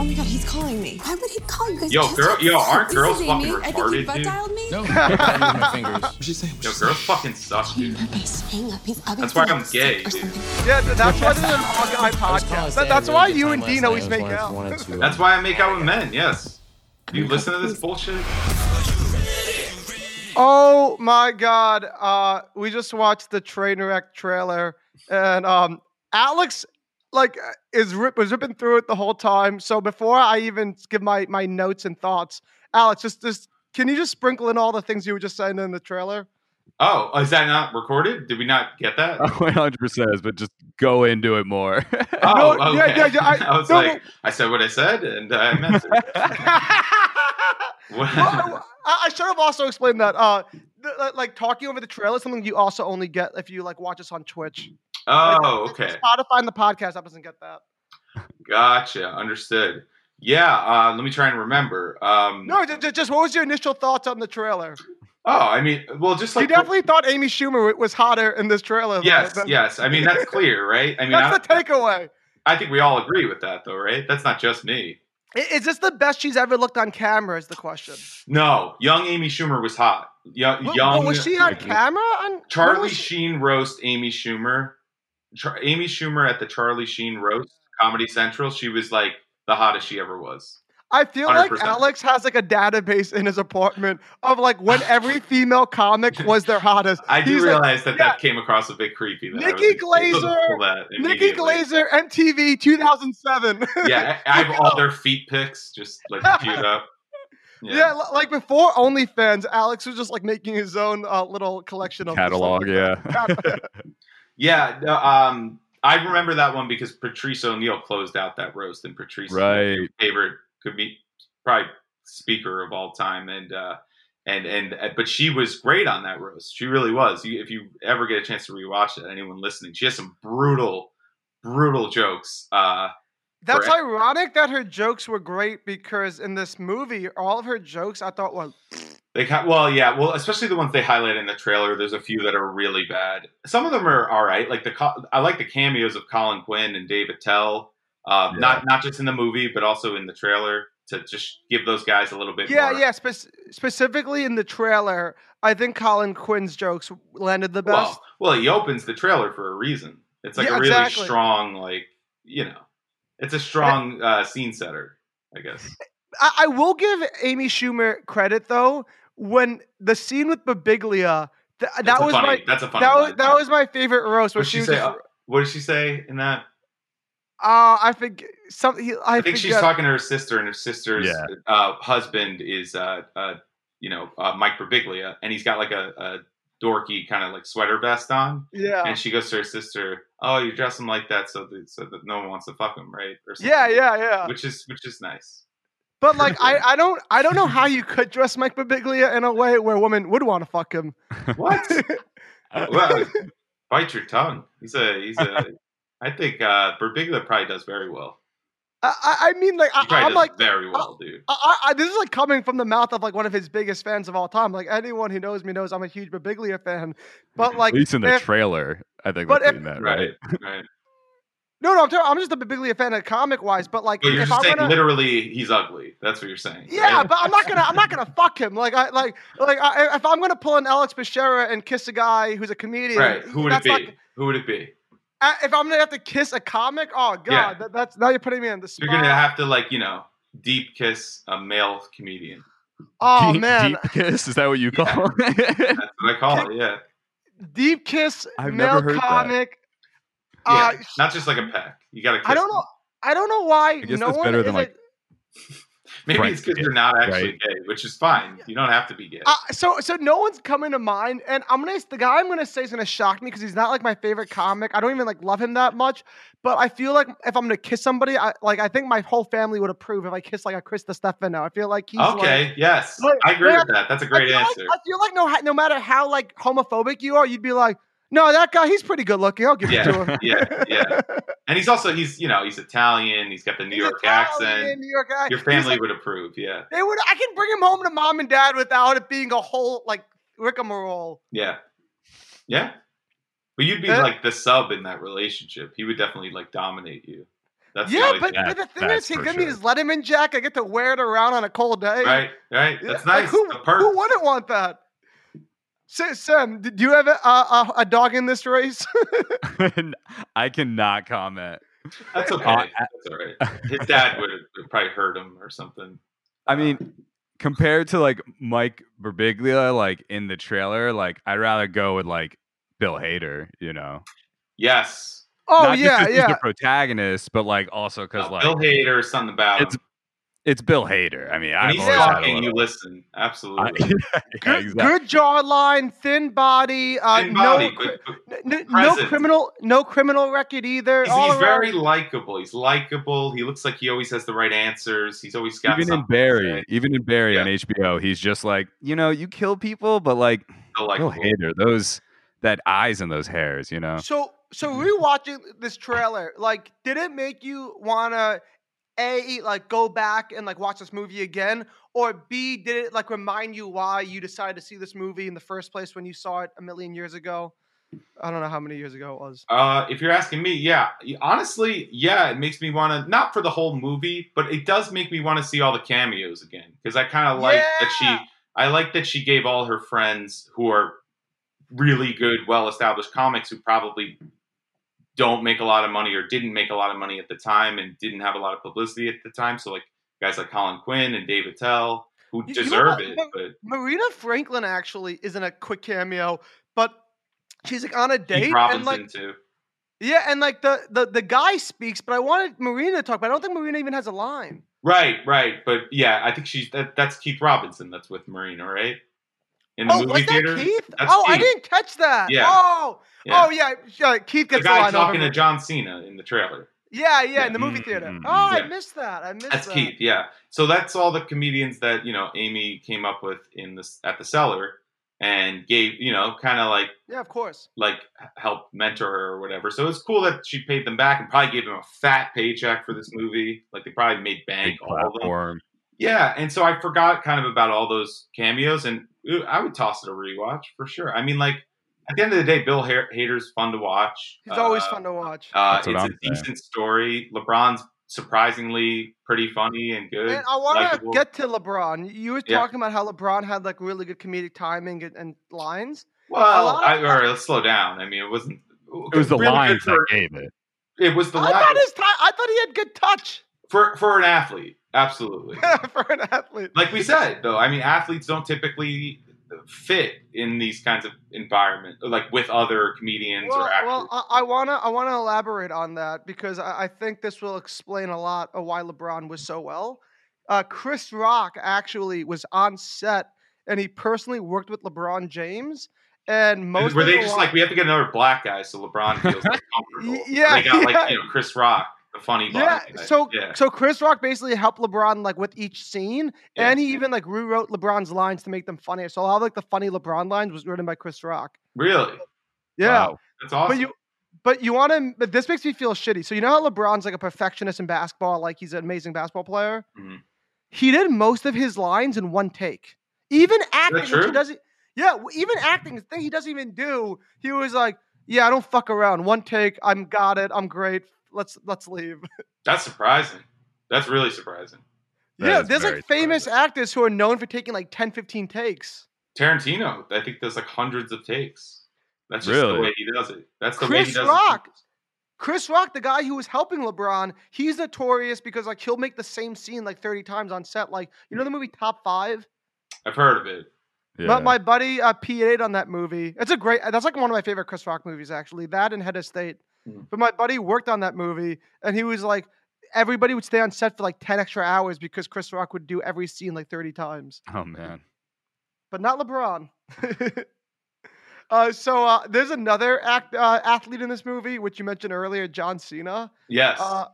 Speaker 14: Oh my god, he's calling me. Why would he call you guys?
Speaker 10: Yo,
Speaker 14: Just-
Speaker 10: girl, yo, aren't
Speaker 14: This
Speaker 10: girls
Speaker 14: is
Speaker 10: fucking
Speaker 14: Amy. I think
Speaker 10: retarded,
Speaker 14: you butt
Speaker 10: dude?
Speaker 14: dialed me. No.
Speaker 1: <laughs>
Speaker 10: What'd she say? Yo, girls fucking suck, dude.
Speaker 14: Hang up. He's up.
Speaker 10: That's why I'm gay, dude.
Speaker 1: Yeah, th- that's why <laughs> this is an all guy podcast. That, that's why you and Dean always make out. <laughs>
Speaker 10: That's why I make out with men. Yes. You listen to this bullshit.
Speaker 1: Oh my God! Uh, we just watched the Trainwreck trailer, and um, Alex like uh, is rip- was ripping through it the whole time. So before I even give my my notes and thoughts, Alex, just just can you just sprinkle in all the things you were just saying in the <laughs> trailer?
Speaker 10: Oh, is that not recorded? Did we not get that?
Speaker 1: Uh,
Speaker 2: 100 percent but just go into it <laughs> more.
Speaker 10: Oh,
Speaker 1: No,
Speaker 10: okay.
Speaker 1: yeah, yeah, yeah, I-
Speaker 10: <laughs> I, was
Speaker 1: no,
Speaker 10: like, I said what I said, and I
Speaker 1: <laughs>
Speaker 10: meant it. What-
Speaker 1: I, I should have also explained that. Uh, th- li- like talking over the trailer is something you also only get if you like watch us on Twitch.
Speaker 10: <laughs> Oh, okay.
Speaker 1: Spotify and the podcast app doesn't get that.
Speaker 10: Gotcha. Understood. Yeah. Uh, let me try and remember. Um,
Speaker 1: No, ju- ju- just, what was your initial thoughts on the trailer?
Speaker 10: Oh, I mean, well, just
Speaker 1: You
Speaker 10: like
Speaker 1: definitely thought Amy Schumer w- was hotter in this trailer. than- <laughs>
Speaker 10: yes,
Speaker 1: than-
Speaker 10: yes. I mean, that's clear, right? I mean, I,
Speaker 1: That's the takeaway.
Speaker 10: I think we all agree with that, though, right? That's not just me.
Speaker 1: I- Is this the best she's ever looked on camera? Is the question.
Speaker 10: No, young Amy Schumer was hot. Yo-
Speaker 1: Well,
Speaker 10: young.
Speaker 1: well, was she on camera? On when
Speaker 10: Charlie
Speaker 1: was she-
Speaker 10: Sheen roast Amy Schumer. Char- Amy Schumer at the Charlie Sheen roast Comedy Central. She was like the hottest she ever was.
Speaker 1: I feel like
Speaker 10: 100%.
Speaker 1: Alex has like a database in his apartment of like
Speaker 10: <laughs>
Speaker 1: when every female comic was their hottest.
Speaker 10: I do
Speaker 1: He's like,
Speaker 10: realize that that came across a bit creepy. That I was
Speaker 1: Nikki
Speaker 10: able to
Speaker 1: Glaser,
Speaker 10: pull that
Speaker 1: Nikki
Speaker 10: immediately.
Speaker 1: Glazer, MTV 2007.
Speaker 10: Yeah, I, I have all
Speaker 1: <laughs>
Speaker 10: their feet pics just like queued up.
Speaker 1: Yeah, li- like before OnlyFans, Alex was just like making his own uh, little collection of
Speaker 2: Catalog,
Speaker 1: <laughs>
Speaker 2: yeah.
Speaker 10: <laughs> Yeah, no, um, I remember that one because Patrice O'Neill closed out that roast, and Patrice, is
Speaker 2: <laughs>
Speaker 10: my
Speaker 2: Right.
Speaker 10: favorite, could be probably speaker of all time, and uh, and and uh, but she was great on that roast. She really was. You, if you ever get a chance to rewatch it, anyone listening, she has some brutal, brutal jokes. Uh,
Speaker 1: That's
Speaker 10: for-
Speaker 1: ironic that her jokes were great because in this movie, all of her jokes I thought were
Speaker 10: They ca- well, yeah, well, especially the ones they highlight in the trailer. There's a few that are really bad. Some of them are all right. Like the co- I like the cameos of Colin Quinn and Dave Attell. Um, Not not just in the movie, but also in the trailer to just give those guys a little bit.
Speaker 1: yeah,
Speaker 10: more.
Speaker 1: yeah. Spec- specifically in the trailer, I think Colin Quinn's jokes landed the best.
Speaker 10: Well, well, he opens the trailer for a reason. It's like
Speaker 1: Yeah,
Speaker 10: a really
Speaker 1: exactly.
Speaker 10: strong, like you know, it's a strong uh, scene setter, I guess.
Speaker 1: I, I will give Amy Schumer credit though. When the scene with Babiglia, th- that
Speaker 10: a
Speaker 1: was
Speaker 10: funny-
Speaker 1: my
Speaker 10: that's a funny
Speaker 1: that was
Speaker 10: line.
Speaker 1: that was my favorite roast. Where
Speaker 10: What
Speaker 1: she,
Speaker 10: she
Speaker 1: was
Speaker 10: say?
Speaker 1: just,
Speaker 10: uh, what did she say in that?
Speaker 1: uh, I think something. I,
Speaker 10: I think she's
Speaker 1: forget.
Speaker 10: talking to her sister, and her sister's
Speaker 2: Yeah.
Speaker 10: uh, husband is, uh, uh, you know, uh, Mike Birbiglia, and he's got like a, a dorky kind of like sweater vest on.
Speaker 19: Yeah.
Speaker 10: And she goes to her sister, "Oh, you dress him like that so that so that no one wants to fuck him, right?" Or
Speaker 1: Yeah, yeah, yeah.
Speaker 10: Which is which is nice.
Speaker 1: But like I, I don't I don't know how you could dress Mike Birbiglia in a way where women would want to fuck him.
Speaker 10: <laughs> What? Uh, well, bite your tongue. He's a he's a. I think uh, Birbiglia probably does very well.
Speaker 1: I, I- I mean like
Speaker 10: He
Speaker 1: I,
Speaker 10: probably
Speaker 1: Uh, I'm
Speaker 10: does
Speaker 1: like
Speaker 10: very well, dude.
Speaker 1: I, I, I- this is like coming from the mouth of like one of his biggest fans of all time. Like anyone who knows me knows I'm a huge Birbiglia fan.
Speaker 10: <laughs>
Speaker 1: But like
Speaker 2: At least in the
Speaker 1: if-
Speaker 2: trailer, I think
Speaker 1: but
Speaker 2: that's
Speaker 1: if-
Speaker 2: in that, right?
Speaker 10: Right.
Speaker 1: no no I'm, ter- I'm just a Birbiglia fan of comic wise. But like
Speaker 10: But
Speaker 1: <laughs>
Speaker 10: you're
Speaker 1: if
Speaker 10: just
Speaker 1: I'm
Speaker 10: saying
Speaker 1: gonna
Speaker 10: literally he's ugly. That's what you're saying.
Speaker 1: yeah,
Speaker 10: right?
Speaker 1: but I'm not gonna I'm not gonna fuck him. Like I like like I, if I'm gonna pull an Alex Becerra and kiss a guy who's a comedian,
Speaker 10: right. Who would it
Speaker 1: that's
Speaker 10: be?
Speaker 1: not-
Speaker 10: Who would it be?
Speaker 1: I- if I'm gonna have to kiss a comic, oh god,
Speaker 10: Yeah.
Speaker 1: that, that's now you're putting me in the spot.
Speaker 10: You're gonna have to like you know deep kiss a male comedian.
Speaker 1: oh man,
Speaker 2: Deep kiss? Is that what you <laughs> call it?
Speaker 10: That's what I call it. Yeah.
Speaker 1: deep kiss,
Speaker 2: I've never
Speaker 1: male
Speaker 2: heard that.
Speaker 1: comic.
Speaker 10: Yeah.
Speaker 1: Uh,
Speaker 10: not just like a peck. You gotta. Kiss
Speaker 1: I don't
Speaker 10: them.
Speaker 1: know. I don't know why.
Speaker 2: I guess
Speaker 1: no
Speaker 2: that's
Speaker 1: one
Speaker 2: better
Speaker 1: is
Speaker 2: than
Speaker 1: like.
Speaker 2: like.
Speaker 10: Maybe
Speaker 2: Frank's
Speaker 10: it's because
Speaker 2: gay,
Speaker 10: you're not actually
Speaker 2: right?
Speaker 10: gay, which is fine. You don't have to be gay.
Speaker 1: Uh, so so no one's coming to mind, and I'm gonna the guy I'm gonna say is gonna shock me because he's not like my favorite comic. I don't even like love him that much, but I feel like if I'm gonna kiss somebody, I like I think my whole family would approve if I kiss like a Chris Stefano. I feel like he's like-
Speaker 10: okay. yes.
Speaker 1: like-
Speaker 10: I agree
Speaker 1: like,
Speaker 10: with that. That's a great
Speaker 1: I feel
Speaker 10: answer.
Speaker 1: Like, I feel like no, no matter how like homophobic you are, you'd be like, no, that guy, he's pretty good looking. <laughs> I'll give it to
Speaker 10: yeah.
Speaker 1: him.
Speaker 10: Yeah. Yeah.
Speaker 1: <laughs>
Speaker 10: And he's also he's you know he's Italian. He's got the <laughs> New York
Speaker 1: Italian,
Speaker 10: accent.
Speaker 1: New York guy.
Speaker 10: Your
Speaker 1: He's
Speaker 10: family
Speaker 1: like-
Speaker 10: would approve. Yeah.
Speaker 1: they would. I can bring him home to mom and dad without it being a whole like rigmarole.
Speaker 10: Yeah. Yeah. But you'd be
Speaker 1: That-
Speaker 10: like the sub in that relationship. He would definitely like dominate you. That's the
Speaker 1: yeah,
Speaker 10: only
Speaker 1: but,
Speaker 10: thing.
Speaker 1: but the thing is, he give me his Letterman jacket. I get to wear it around on a cold day.
Speaker 10: right, right.
Speaker 1: Yeah,
Speaker 10: That's
Speaker 1: like,
Speaker 10: nice.
Speaker 1: who,
Speaker 10: The perk.
Speaker 1: who wouldn't want that? Sa- Sam, did you have a, a, a dog in this race? <laughs>
Speaker 2: <laughs> I cannot comment.
Speaker 10: That's okay.
Speaker 2: Uh,
Speaker 10: That's all right. His dad would have probably hurt him or something.
Speaker 2: I mean, compared to like Mike Birbiglia, like in the trailer, like I'd rather go with like Bill Hader, you know.
Speaker 10: Yes.
Speaker 1: Oh
Speaker 2: Not just
Speaker 1: yeah,
Speaker 2: 'cause
Speaker 10: <laughs>
Speaker 2: he's
Speaker 1: yeah.
Speaker 2: the protagonist, but like also because like
Speaker 10: Bill Hader, something about
Speaker 2: it's
Speaker 10: him.
Speaker 2: it's Bill Hader. I mean,
Speaker 10: When
Speaker 2: I've
Speaker 10: he's
Speaker 2: always had a
Speaker 10: talking, you
Speaker 2: little-
Speaker 10: listen.
Speaker 2: <laughs> I-
Speaker 10: Absolutely.
Speaker 2: yeah, exactly.
Speaker 1: Good jawline, thin body, <laughs> uh,
Speaker 10: Thin
Speaker 1: no,
Speaker 10: body,
Speaker 1: cri-
Speaker 10: but- but
Speaker 1: n- n- no
Speaker 10: present.
Speaker 1: criminal, no criminal record either.
Speaker 10: He's,
Speaker 1: all
Speaker 10: he's
Speaker 1: around.
Speaker 10: very likable. He's likable. He looks like he always has the right answers. He's always got
Speaker 2: Even in
Speaker 10: something.
Speaker 2: Barry, even in Barry on HBO, he's just like, you know, you kill people, but like
Speaker 10: Still
Speaker 2: Bill
Speaker 10: likable.
Speaker 2: Hader, those that eyes and those hairs, you know.
Speaker 1: So, so
Speaker 10: Mm-hmm.
Speaker 1: rewatching this trailer, like, did it make you wanna a like go back and like watch this movie again, or b did it like remind you why you decided to see this movie in the first place when you saw it a million years ago? I don't know how many years ago it was.
Speaker 10: Uh, if you're asking me, yeah, honestly, yeah, it makes me want to not for the whole movie, but it does make me want to see all the cameos again because I kind of like that she, I like that she gave all her friends who are really good, well-established comics who probably don't make a lot of money or didn't make a lot of money at the time and didn't have a lot of publicity at the time. So like guys like Colin Quinn and David Tell who
Speaker 1: You- you know
Speaker 10: deserve
Speaker 1: what?
Speaker 10: it,
Speaker 1: Mar-
Speaker 10: but
Speaker 1: Marina Franklin actually is in a quick cameo, but she's like on a date
Speaker 10: Pete
Speaker 1: and
Speaker 10: Robinson
Speaker 1: like
Speaker 10: too.
Speaker 1: yeah, and like the the the guy speaks, but I wanted Marina to talk, but I don't think Marina even has a line.
Speaker 10: Right, right, but yeah, I think she's that, that's Keith Robinson that's with Marina, right? In the
Speaker 1: oh,
Speaker 10: movie
Speaker 1: was
Speaker 10: theater.
Speaker 1: that Keith?
Speaker 10: That's
Speaker 1: oh, I
Speaker 10: Keith,
Speaker 1: didn't catch that.
Speaker 10: Yeah.
Speaker 1: Oh,
Speaker 10: Yeah.
Speaker 1: oh yeah. yeah, Keith
Speaker 10: the
Speaker 1: gets the,
Speaker 10: guy
Speaker 1: line
Speaker 10: talking
Speaker 1: over.
Speaker 10: to John Cena in the trailer.
Speaker 1: yeah, yeah, in the movie theater.
Speaker 10: mm, mm,
Speaker 1: oh, I
Speaker 10: yeah.
Speaker 1: missed that. I missed
Speaker 10: That's
Speaker 1: that.
Speaker 10: Keith, yeah. So that's all the comedians that you know Amy came up with in this at the cellar and gave you know kind of like
Speaker 1: Yeah, of course.
Speaker 10: like h- helped mentor her or whatever. So it's cool that she paid them back and probably gave them a fat paycheck for this movie. Like they probably made bank
Speaker 2: Big
Speaker 10: all of them.
Speaker 2: platform.
Speaker 10: Yeah, and so I forgot kind of about all those cameos, and ooh, I would toss it a rewatch for sure. I mean, like at the end of the day, Bill Hader- Hader's fun to watch.
Speaker 1: He's always
Speaker 10: Uh,
Speaker 1: fun to watch.
Speaker 10: Uh,
Speaker 2: That's
Speaker 10: it's
Speaker 2: what
Speaker 10: a
Speaker 2: I'm saying.
Speaker 10: decent story. LeBron's surprisingly pretty funny and good.
Speaker 1: and I want to
Speaker 10: likable.
Speaker 1: get to LeBron. You were
Speaker 10: Yeah.
Speaker 1: talking about how LeBron had like really good comedic timing and, and lines. A
Speaker 10: Well,
Speaker 1: lot of-
Speaker 10: I, all right, let's slow down. I mean, it wasn't.
Speaker 2: It was the
Speaker 10: really good
Speaker 2: lines that
Speaker 10: for-
Speaker 2: gave it.
Speaker 10: It was the
Speaker 1: I
Speaker 10: line
Speaker 1: thought his ti- I thought he had good touch <laughs>
Speaker 10: for for an athlete, absolutely.
Speaker 1: for an athlete.
Speaker 10: like we said though i mean athletes don't typically fit in these kinds of environment like with other comedians
Speaker 1: Well,
Speaker 10: or actors
Speaker 1: well, uh, I, I wanna I wanna elaborate on that because I, I think this will explain a lot of why LeBron was so well. Uh, Chris Rock actually was on set and he personally worked with LeBron James and most
Speaker 10: Were they
Speaker 1: people
Speaker 10: just
Speaker 1: wa-
Speaker 10: like we have to get another black guy so
Speaker 1: <laughs>
Speaker 10: LeBron feels like comfortable?
Speaker 1: yeah,
Speaker 10: they got
Speaker 1: yeah.
Speaker 10: like you know Chris Rock, the funny
Speaker 1: yeah,
Speaker 10: black guy.
Speaker 1: so
Speaker 10: yeah.
Speaker 1: so Chris Rock basically helped LeBron like with each scene, and he even like rewrote LeBron's lines to make them funnier. So a lot of like the funny LeBron lines was written by Chris Rock.
Speaker 10: really,
Speaker 1: Yeah,
Speaker 10: Wow. that's awesome.
Speaker 1: But you, but you want to. But this makes me feel shitty. So you know how LeBron's like a perfectionist in basketball, like he's an amazing basketball player.
Speaker 10: Mhm.
Speaker 1: He did most of his lines in one take. Even acting, which
Speaker 10: true?
Speaker 1: he doesn't. Yeah, w- even acting, the thing he doesn't even do. He was like, "Yeah, I don't fuck around. One take. I'm got it. I'm great. Let's let's leave."
Speaker 10: That's surprising. That's really surprising.
Speaker 1: yeah, there's like famous actors who are known for taking like 10, 15 takes.
Speaker 10: Tarantino. I think there's like hundreds of takes. That's just
Speaker 2: Really?
Speaker 10: the way he does it. That's the way he
Speaker 1: Chris
Speaker 10: does
Speaker 1: Rock. Chris Rock, the guy who was helping LeBron, he's notorious because like he'll make the same scene like 30 times on set. Like, you know the movie Top Five?
Speaker 10: it. I've heard of it.
Speaker 1: My, my buddy uh, PA'd on that movie. It's a great, that's like one of my favorite Chris Rock movies, actually. That and Head of State. But my buddy worked on that movie and he was like, everybody would stay on set for like 10 extra hours because Chris Rock would do every scene like 30 times.
Speaker 2: Oh man.
Speaker 1: but not LeBron. <laughs> uh, so uh, there's another act, uh, athlete in this movie, which you mentioned earlier, John Cena.
Speaker 10: Yes.
Speaker 1: Uh,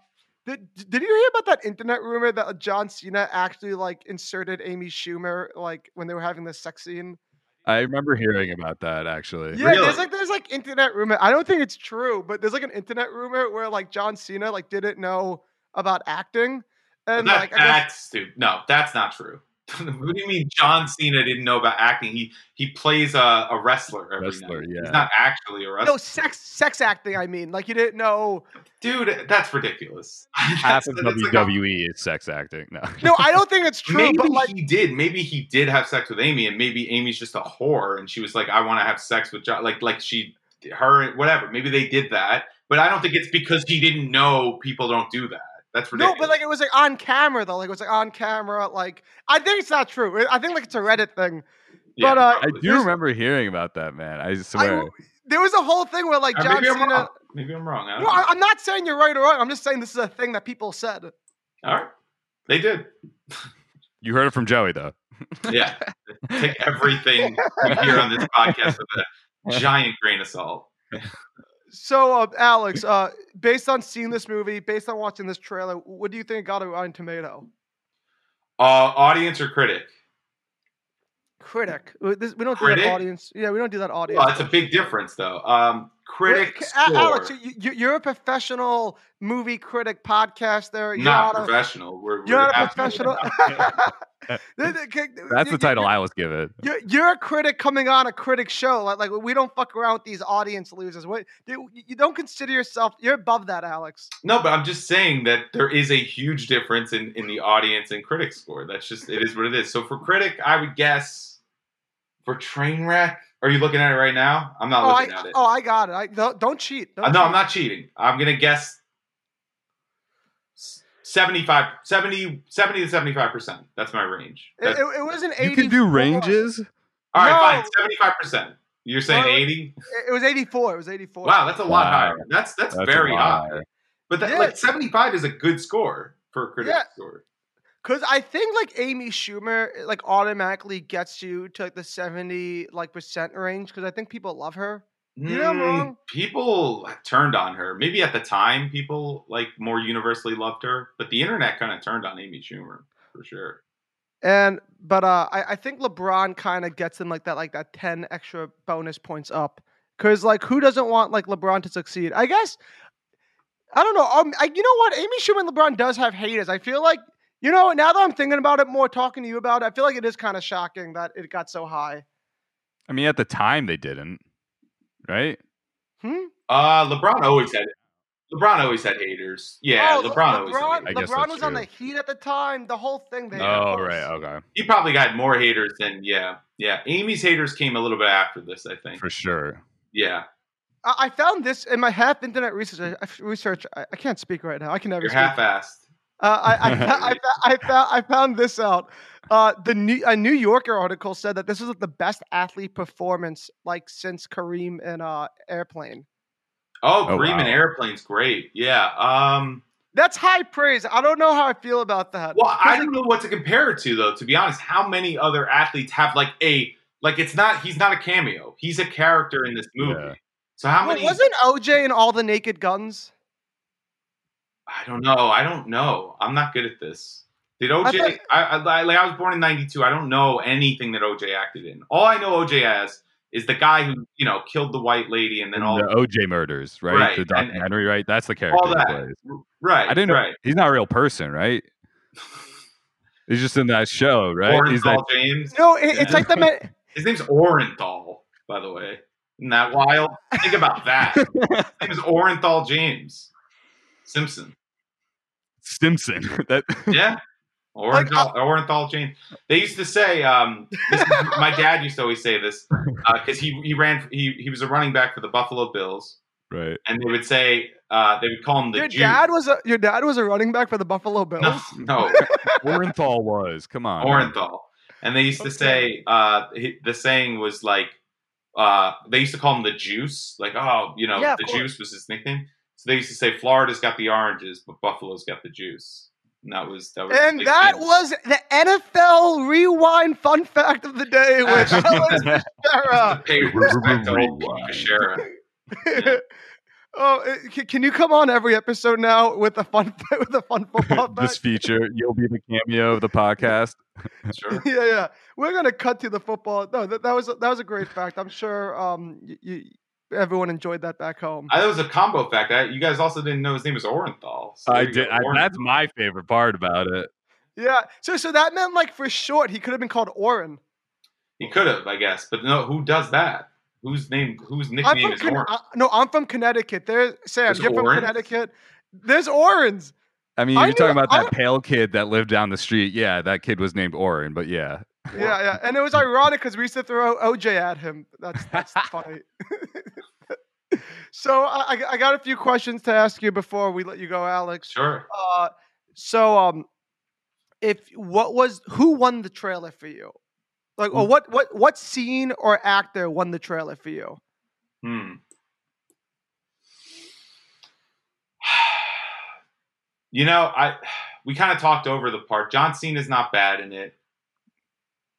Speaker 1: did, did you hear about that internet rumor that uh, John Cena actually like inserted Amy Schumer like when they were having this sex scene?
Speaker 2: I remember hearing about that actually.
Speaker 1: Yeah, there's like there's like internet rumor. I don't think it's true, but there's like an internet rumor where like John Cena like didn't know about acting,
Speaker 10: But
Speaker 1: and
Speaker 10: that-
Speaker 1: like I guess-
Speaker 10: that's stupid. No, that's not true. <laughs> what do you mean John Cena didn't know about acting? He he plays a, a wrestler every
Speaker 2: Wrestler,
Speaker 10: night.
Speaker 2: yeah.
Speaker 10: He's not actually a wrestler.
Speaker 1: no sex sex acting. I mean, like you didn't know.
Speaker 10: Dude, that's ridiculous. <laughs>
Speaker 2: half of E.
Speaker 10: It's like "Oh." a-
Speaker 2: WWE is sex acting. No.
Speaker 10: <laughs>
Speaker 1: No, I don't think it's true.
Speaker 10: Maybe
Speaker 1: but like,
Speaker 10: he did. Maybe he did have sex with Amy, and maybe Amy's just a whore, and she was like, "I want to have sex with John." Like, like she, her, whatever. Maybe they did that, but I don't think it's because he didn't know people don't do that. That's ridiculous.
Speaker 1: No, but like it was like on camera though. Like it was like on camera. Like I think it's not true. I think like it's a Reddit thing.
Speaker 2: Yeah,
Speaker 1: but uh,
Speaker 2: I do
Speaker 1: there's-
Speaker 2: remember hearing about that, man. I swear.
Speaker 1: there was a whole thing where like
Speaker 10: Uh,
Speaker 1: John
Speaker 10: maybe I'm wrong.
Speaker 1: Cena.
Speaker 10: Maybe I'm wrong. I don't
Speaker 1: No, I,
Speaker 10: know.
Speaker 1: I'm not saying you're right or wrong. I'm just saying this is a thing that people said.
Speaker 10: All right, they did.
Speaker 2: you heard it from Joey though.
Speaker 10: Yeah, take everything you hear on this podcast with a giant grain of salt.
Speaker 1: So uh, Alex, uh, based on seeing this movie, based on watching this trailer, what do you think it got a Rotten Tomato
Speaker 10: Uh, audience or critic?
Speaker 1: critic? Uh, this- we don't do
Speaker 10: Critic?
Speaker 1: that audience. Yeah, we don't do that audience.
Speaker 10: Well, that's Uh, a big difference, though. Um, critic
Speaker 1: Wait,
Speaker 10: score.
Speaker 1: A- Alex, you, you- you're a professional movie critic podcaster. You're
Speaker 10: not
Speaker 1: on a-
Speaker 10: professional. We're,
Speaker 1: You're
Speaker 10: we're
Speaker 1: not a
Speaker 10: happy.
Speaker 1: professional. <laughs>
Speaker 2: That's the title I was given.
Speaker 1: You're, you're a critic coming on a critic show. Like, like we don't fuck around with these audience losers. What you, you don't consider yourself? You're above that, Alex.
Speaker 10: No, but I'm just saying that there is a huge difference in, in the audience and critic score. That's just it is what it is. So for critic, I would guess for Trainwreck. Are you looking at it right now? I'm not
Speaker 1: oh,
Speaker 10: looking
Speaker 1: I,
Speaker 10: at it.
Speaker 1: oh, I got it. I, don't, don't cheat. Don't
Speaker 10: Uh, no,
Speaker 1: cheat.
Speaker 10: I'm not cheating. I'm gonna guess 75, 70, 70 to seventy-five percent. That's my range.
Speaker 1: It,
Speaker 10: That's-
Speaker 1: it, it was an eighty.
Speaker 2: ranges.
Speaker 10: all right,
Speaker 1: No.
Speaker 10: fine, seventy-five percent. You're saying
Speaker 1: No, it-
Speaker 10: eighty?
Speaker 1: It, it was eighty-four. It was eighty-four.
Speaker 10: Wow, that's a lot
Speaker 2: Wow.
Speaker 10: higher. That's that's,
Speaker 2: That's a
Speaker 10: very
Speaker 2: lot.
Speaker 10: high. But that, like seventy-five is a good score for a critic
Speaker 1: Yeah.
Speaker 10: score.
Speaker 1: Because I think like Amy Schumer it, like automatically gets you to like the seventy like percent range because I think people love her. You know I'm
Speaker 10: Mm,
Speaker 1: wrong.
Speaker 10: People turned on her. Maybe at the time, people like more universally loved her, but the internet kind of turned on Amy Schumer for sure.
Speaker 1: And but uh, I, I think LeBron kind of gets him like that, like that ten extra bonus points up. Cause like who doesn't want like LeBron to succeed? I guess I don't know. Um, I, you know what? Amy Schumer and LeBron does have haters. I feel like you know now that I'm thinking about it more, talking to you about it, I feel like it is kind of shocking that it got so high.
Speaker 2: I mean, at the time they didn't, right?
Speaker 1: Hmm.
Speaker 10: Uh LeBron always had LeBron always had haters. Yeah,
Speaker 1: Oh, Le-
Speaker 10: LeBron, always. Had
Speaker 1: LeBron,
Speaker 10: haters.
Speaker 2: I guess
Speaker 1: LeBron
Speaker 2: that's
Speaker 1: was on the
Speaker 2: true.
Speaker 1: Heat at the time. The whole thing. They
Speaker 2: Oh, right, okay,
Speaker 10: He probably got more haters than yeah, yeah. Amy's haters came a little bit after this, I think.
Speaker 2: for sure.
Speaker 10: Yeah,
Speaker 1: I, I found this in my half internet research. Research. I, I can't speak right now. I can never.
Speaker 10: you're
Speaker 1: speak.
Speaker 10: half-assed.
Speaker 1: Uh, I, I, fo- I, fo- I, found, I found this out. Uh, the New, a New Yorker article said that this is the best athlete performance like since Kareem in uh, Airplane.
Speaker 10: Oh,
Speaker 2: Oh,
Speaker 10: Kareem
Speaker 2: wow.
Speaker 10: and Airplane's great. Yeah. Um.
Speaker 1: That's high praise. I don't know how I feel about that.
Speaker 10: Well, I
Speaker 1: Because,
Speaker 10: don't know what to compare it to, though. To be honest, how many other athletes have like a Like it's not he's not a cameo. He's a character in this movie. So how
Speaker 1: Well,
Speaker 10: many?
Speaker 1: wasn't OJ in all the Naked Guns?
Speaker 10: I don't know. I don't know. I'm not good at this. Did OJ? I,
Speaker 1: I thought-
Speaker 10: I, I- like I was born in '92. I don't know anything that OJ acted in. All I know OJ as is the guy who you know killed the white lady and then all
Speaker 2: the OJ murders, right?
Speaker 10: Right,
Speaker 2: The
Speaker 10: and-
Speaker 2: documentary, right? That's the character.
Speaker 10: all
Speaker 2: he
Speaker 10: that.
Speaker 2: plays.
Speaker 10: Right.
Speaker 2: I didn't.
Speaker 10: Right.
Speaker 2: He's not a real person,
Speaker 10: <laughs>
Speaker 2: right? He's just in that show, right? He's that,
Speaker 10: Orenthal James.
Speaker 1: No, it- it's like the
Speaker 10: <laughs>
Speaker 1: ma-
Speaker 10: his name's Orenthal, by the way. Isn't that wild? Think
Speaker 1: <laughs>
Speaker 10: about that. his name is Orenthal James Simpson.
Speaker 2: Simpson. <laughs> That
Speaker 10: Yeah. Orenthal,
Speaker 1: uh,
Speaker 10: Orenthal James. They used to say, um, this
Speaker 1: <laughs>
Speaker 10: is, my dad used to always say this because he he ran he he was a running back for the Buffalo Bills,
Speaker 2: right?
Speaker 10: And they would say uh, they would call him the
Speaker 1: Your
Speaker 10: Jew.
Speaker 1: dad was a your dad was a running back for the Buffalo Bills.
Speaker 10: <laughs> no,
Speaker 2: Orenthal was. Come on, <laughs>
Speaker 10: Orenthal. And they used to say uh, he- the saying was like uh, they used to call him the Juice, like oh, you know,
Speaker 1: Yeah, of
Speaker 10: the
Speaker 1: course.
Speaker 10: Juice was his nickname. So they used to say Florida's got the oranges, but Buffalo's got the juice. And that was that was
Speaker 1: And
Speaker 10: big
Speaker 1: that
Speaker 10: deal.
Speaker 1: was the NFL Rewind Fun Fact of the Day
Speaker 10: <laughs>
Speaker 1: with <laughs> Alex Sarah.
Speaker 10: Pay respect to old Pete Becerra.
Speaker 1: <laughs> Oh, uh, c- can you come on every episode now with a fun <laughs> with a
Speaker 10: <laughs>
Speaker 1: fun football fact?
Speaker 2: This feature, you'll be the cameo of the podcast.
Speaker 10: Sure.
Speaker 1: <laughs> yeah, yeah. We're gonna cut to the football. No, that, that was a, that was a great fact. I'm sure um y- y- everyone enjoyed that back home.
Speaker 10: I, that was a combo fact. I, you guys also didn't know his name was Orenthal. So
Speaker 2: I
Speaker 10: there you go,
Speaker 2: did. I,
Speaker 10: Orenthal.
Speaker 2: that's my favorite part about it.
Speaker 1: yeah. So so that meant like for short, he could have been called Oren.
Speaker 10: he could have, I guess, but no. Who does that? Whose name? Whose
Speaker 1: I'm
Speaker 10: nickname
Speaker 1: from
Speaker 10: is
Speaker 1: Con-
Speaker 10: Oren?
Speaker 1: I- no, I'm from Connecticut. There's Sam.
Speaker 10: There's
Speaker 1: you're
Speaker 10: Orens?
Speaker 1: from Connecticut. There's Orens.
Speaker 2: I mean,
Speaker 1: I
Speaker 2: you're talking
Speaker 1: knew-
Speaker 2: about that
Speaker 1: I-
Speaker 2: pale kid that lived down the street. Yeah, that kid was named Oren, but yeah.
Speaker 1: Yeah, yeah. And it was ironic because we used to throw OJ at him. That's that's funny. <laughs> so I, I- I got a few questions to ask you before we let you go, Alex.
Speaker 10: Sure.
Speaker 1: Uh, so um, if what was who won the trailer for you? Like, or what what what scene or actor won the trailer for you?
Speaker 10: Hmm. You know, I we kind of talked over the part. John Cena's not bad in it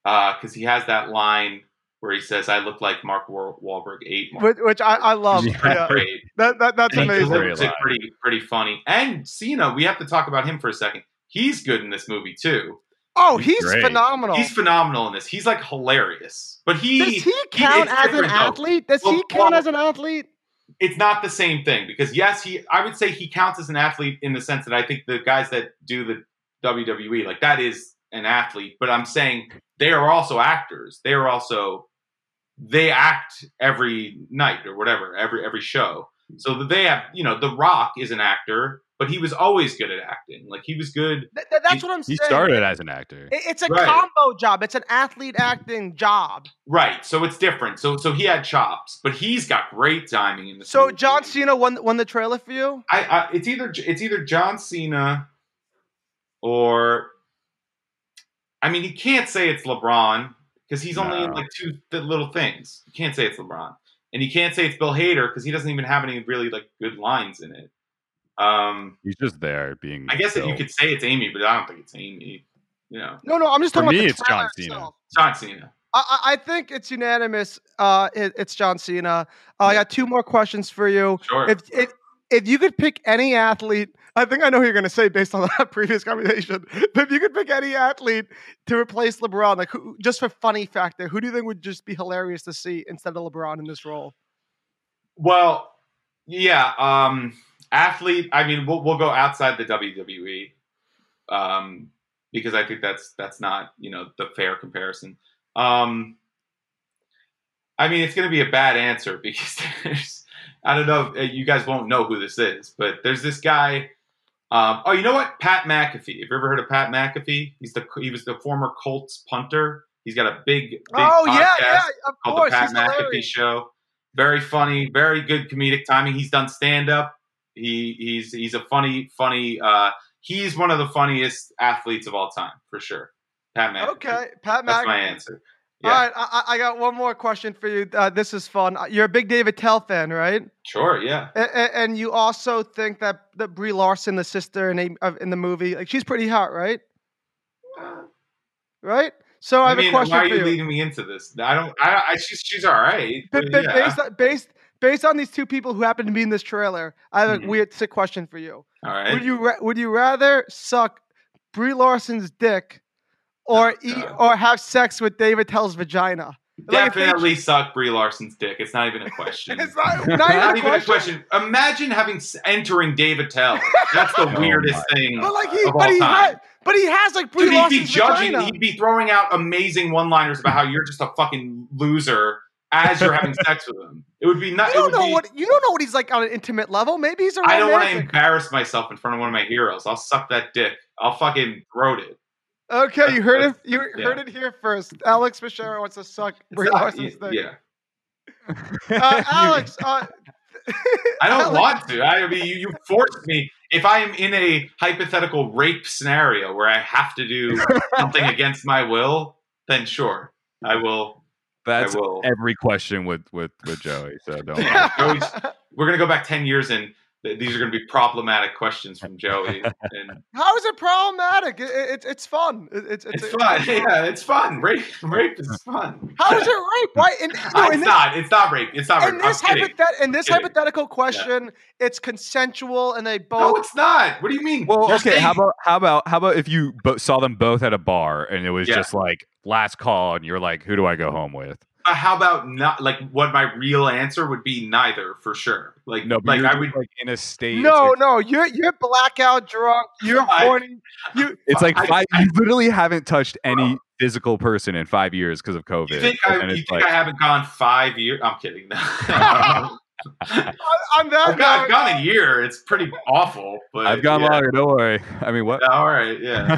Speaker 10: because he has that line where he says, "I look like Mark Wa- Wahlberg ate Mark."
Speaker 1: Which, which I, I love. Yeah.
Speaker 10: Great.
Speaker 1: That, that that's
Speaker 10: And he
Speaker 1: amazing.
Speaker 10: delivers it pretty pretty funny. And Cena, we have to talk about him for a second. He's good in this movie too.
Speaker 1: Oh, he's phenomenal.
Speaker 10: He's phenomenal in this. He's like hilarious, but he
Speaker 1: Does he count
Speaker 10: it's
Speaker 1: as an
Speaker 10: different, though
Speaker 1: athlete? Does he count as an athlete?
Speaker 10: it's not the same thing because yes, he I would say he counts as an athlete in the sense that I think the guys that do the WWE like that is an athlete, but I'm saying they are also actors. They are also they act every night or whatever, every every show. So that they have, you know, The Rock is an actor, but he was always good at acting. Like he was good.
Speaker 1: Th- th- that's what I'm
Speaker 2: He
Speaker 1: saying.
Speaker 2: started as an actor.
Speaker 1: It- It's a
Speaker 10: Right.
Speaker 1: combo job. It's an athlete acting job.
Speaker 10: Right. So it's different. So so he had chops, but he's got great timing in this
Speaker 1: So John Cena won won the trailer for you.
Speaker 10: I, I it's either it's either John Cena or I mean you can't say it's LeBron because he's only in
Speaker 2: No.
Speaker 10: like two th- little things. You can't say it's LeBron, and you can't say it's Bill Hader because he doesn't even have any really like good lines in it. Um,
Speaker 2: He's just there being.
Speaker 10: I guess that you
Speaker 2: Bill.
Speaker 10: could say it's Amy, but I don't think it's Amy. You know,
Speaker 1: No, no, I'm just
Speaker 2: For
Speaker 1: talking
Speaker 2: me,
Speaker 1: about the
Speaker 2: it's
Speaker 1: trailer.
Speaker 2: John Cena.
Speaker 10: John Cena.
Speaker 1: I, I I think it's unanimous. Uh, it, it's John Cena. Uh, I got two more questions for you.
Speaker 10: Sure.
Speaker 1: If, if if you could pick any athlete, I think I know who you're going to say based on <laughs> that previous conversation. But if you could pick any athlete to replace LeBron, like who, just for funny factor, who do you think would just be hilarious to see instead of LeBron in this role?
Speaker 10: Well, yeah. Um, athlete. I mean, we'll we'll go outside the WWE um, because I think that's that's not you know the fair comparison. Um, I mean, it's going to be a bad answer <laughs> because there's I don't know. if- You guys won't know who this is, but there's this guy. Um, oh, you know what? Pat McAfee. Have you ever heard of Pat McAfee? He's the he was the former Colts punter. He's got a big, big
Speaker 1: Oh, yeah,
Speaker 10: podcast
Speaker 1: yeah, of
Speaker 10: called
Speaker 1: course,
Speaker 10: the Pat
Speaker 1: he's
Speaker 10: McAfee
Speaker 1: hilarious.
Speaker 10: Show. Very funny, very good comedic timing. He's done stand up. He he's he's a funny, funny. Uh, he's one of the funniest athletes of all time for sure. Pat McAfee.
Speaker 1: Okay, Pat
Speaker 10: that's my
Speaker 1: McAfee.
Speaker 10: answer. Yeah.
Speaker 1: All right, I, I I got one more question for you. Uh, this is fun. Uh, You're a big David Tell fan, right?
Speaker 10: Sure. Yeah.
Speaker 1: And, and you also think that that Brie Larson, the sister in a, of, in the movie, like she's pretty hot, right? Right.
Speaker 16: So I, have
Speaker 10: mean,
Speaker 16: a question
Speaker 10: why are
Speaker 16: for
Speaker 10: you,
Speaker 16: you.
Speaker 10: leading me into this? I don't. I, I she's she's all right.
Speaker 16: Ba-
Speaker 10: but
Speaker 16: ba-
Speaker 10: yeah.
Speaker 16: based, on, based, based on these two people who happen to be in this trailer, I have a
Speaker 10: Mm-hmm.
Speaker 16: weird, sick question for you.
Speaker 10: All right.
Speaker 16: Would you ra- would you rather suck Brie Larson's dick, or eat, or have sex with David Tell's vagina? Like, if they-
Speaker 10: Definitely suck Brie Larson's dick. It's not even a
Speaker 16: <laughs>
Speaker 10: question. it's
Speaker 16: not,
Speaker 10: <laughs> even,
Speaker 16: not even a
Speaker 10: a question. Imagine having s- entering David Tell. That's
Speaker 16: <laughs>
Speaker 10: the
Speaker 2: Oh
Speaker 10: weirdest
Speaker 2: my
Speaker 10: thing.
Speaker 16: but like he,
Speaker 10: of
Speaker 16: but
Speaker 10: all
Speaker 16: he
Speaker 10: time.
Speaker 16: had, but he has like Brie
Speaker 10: Dude, he'd be
Speaker 16: Larson's
Speaker 10: judging.
Speaker 16: vagina.
Speaker 10: He'd be throwing out amazing one-liners about how you're just a fucking loser as you're having sex with him. It would be not.
Speaker 16: you
Speaker 10: It would
Speaker 16: don't know
Speaker 10: be,
Speaker 16: what you don't know what he's like on an intimate level. Maybe he's a
Speaker 10: I don't want to
Speaker 16: romantic.
Speaker 10: embarrass myself in front of one of my heroes. I'll suck that dick. I'll fucking throat it.
Speaker 16: okay, you heard it. You
Speaker 10: Yeah.
Speaker 16: heard it here first. Alex Fischero wants to suck Brie
Speaker 10: It's not-
Speaker 16: Larson's dick.
Speaker 10: yeah. <laughs>
Speaker 16: Uh, Alex, uh,
Speaker 10: I don't
Speaker 16: Alex-
Speaker 10: want to. I mean, you, you forced me. If I am in a hypothetical rape scenario where I have
Speaker 16: <laughs>
Speaker 10: to do something against my will, then sure, I will.
Speaker 2: That's
Speaker 10: I will.
Speaker 2: every question with with with Joey.
Speaker 1: <laughs>
Speaker 2: So don't. worry.
Speaker 10: Joey's, we're gonna go back ten years, and th- these are gonna be problematic questions
Speaker 16: <laughs>
Speaker 10: from Joey. And
Speaker 16: How is it problematic? It, it, it's- it's fun. It, it's
Speaker 10: it's
Speaker 16: a-
Speaker 10: fun. <laughs> Yeah, it's fun. Rape, rape is fun.
Speaker 16: <laughs>
Speaker 10: Uh,
Speaker 16: How is it rape? Why?
Speaker 10: <laughs>
Speaker 16: In, no, in
Speaker 10: it's
Speaker 16: this,
Speaker 10: not. It's not rape. It's not rape.
Speaker 16: in
Speaker 10: I'm
Speaker 16: this,
Speaker 10: kidding.
Speaker 16: hypothet- in this
Speaker 10: kidding.
Speaker 16: hypothetical question, it's consensual, and they both.
Speaker 10: No, it's not. What do you mean?
Speaker 2: Well,
Speaker 10: You're
Speaker 2: okay.
Speaker 10: saying-
Speaker 2: How about how about how about if you bo- saw them both at a bar and it was
Speaker 10: Yeah.
Speaker 2: just like last call and you're like, who do I go home with?
Speaker 10: Uh, how about not like what my real answer would be neither for sure like
Speaker 2: No, but
Speaker 10: like
Speaker 2: you're
Speaker 10: i
Speaker 2: just,
Speaker 10: would
Speaker 2: like in a state.
Speaker 16: No, no, you're you're blackout drunk. You're
Speaker 10: I-
Speaker 16: horny. You.
Speaker 2: It's like, it's
Speaker 10: I-
Speaker 2: like five. you literally haven't touched any physical person in five years because of COVID.
Speaker 10: you think
Speaker 2: And
Speaker 10: i
Speaker 2: then
Speaker 10: you
Speaker 2: it's
Speaker 10: think
Speaker 2: like-
Speaker 10: i haven't gone five years i'm kidding <laughs> no.
Speaker 16: I- I'm that
Speaker 10: I've, gone, I've
Speaker 16: guy.
Speaker 10: gone a year it's pretty awful but
Speaker 2: I've gone
Speaker 10: yeah.
Speaker 2: longer. Don't worry. <laughs> I mean, what?
Speaker 10: all right
Speaker 2: <laughs>
Speaker 10: yeah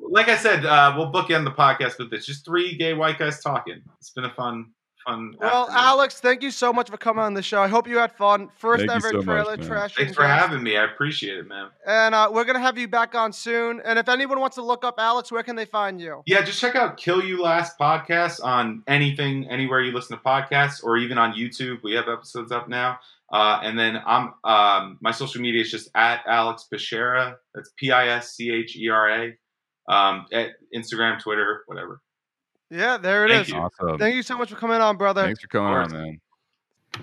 Speaker 10: like i said uh, we'll bookend the podcast with this just three gay white guys talking it's been a fun fun
Speaker 16: Well,
Speaker 10: afternoon.
Speaker 16: Alex, thank you so much for coming on the show. I hope you had fun. First
Speaker 10: Thank you
Speaker 16: ever
Speaker 10: so much,
Speaker 16: trailer
Speaker 10: man.
Speaker 16: trash.
Speaker 10: thanks for having me i appreciate it man
Speaker 16: And uh, we're gonna have you back on soon. And if anyone wants to look up Alex, where can they find you?
Speaker 10: Yeah, just check out Kill You Last podcast on anything, anywhere you listen to podcasts, or even on YouTube. We have episodes up now. Uh, and then I'm um, my social media is just at Alex Bechera. That's P I S C H E R A. Um, at Instagram, Twitter, whatever.
Speaker 16: Yeah, there it is.
Speaker 10: Thank you. Awesome.
Speaker 16: Thank you so much for coming on, brother.
Speaker 2: Thanks for coming on, man.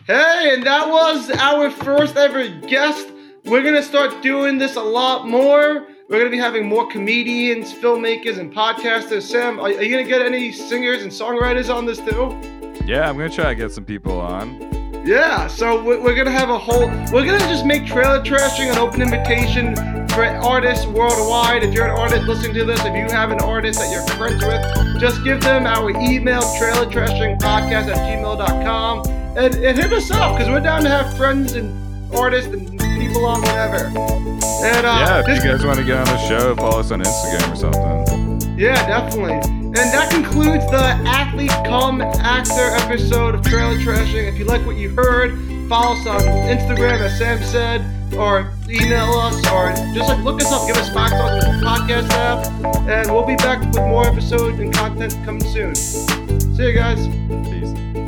Speaker 1: Hey, and that was our first ever guest. We're going to start doing this a lot more. We're going to be having more comedians, filmmakers, and podcasters. Sam, are, are you going to get any singers and songwriters on this too?
Speaker 2: Yeah, I'm gonna try to get some people on.
Speaker 1: Yeah, so we're, we're going to have a whole, we're going to just make trailer trashing an open invitation for artists worldwide. If you're an artist listening to this, if you have an artist that you're friends with, just give them our email, trailertrashingpodcast at gmail.com, and, and hit us up because we're down to have friends and artists and people on whatever. And,
Speaker 2: yeah,
Speaker 1: uh,
Speaker 2: if you guys want to get on the show, follow us on Instagram or something.
Speaker 1: yeah, definitely. And that concludes the athlete come actor episode of Trailer Trashing. If you like what you heard, follow us on Instagram, as Sam said, or email us, or just like look us up, give us five stars on the podcast app, and we'll be back with more episodes and content coming soon. See you guys.
Speaker 2: Peace.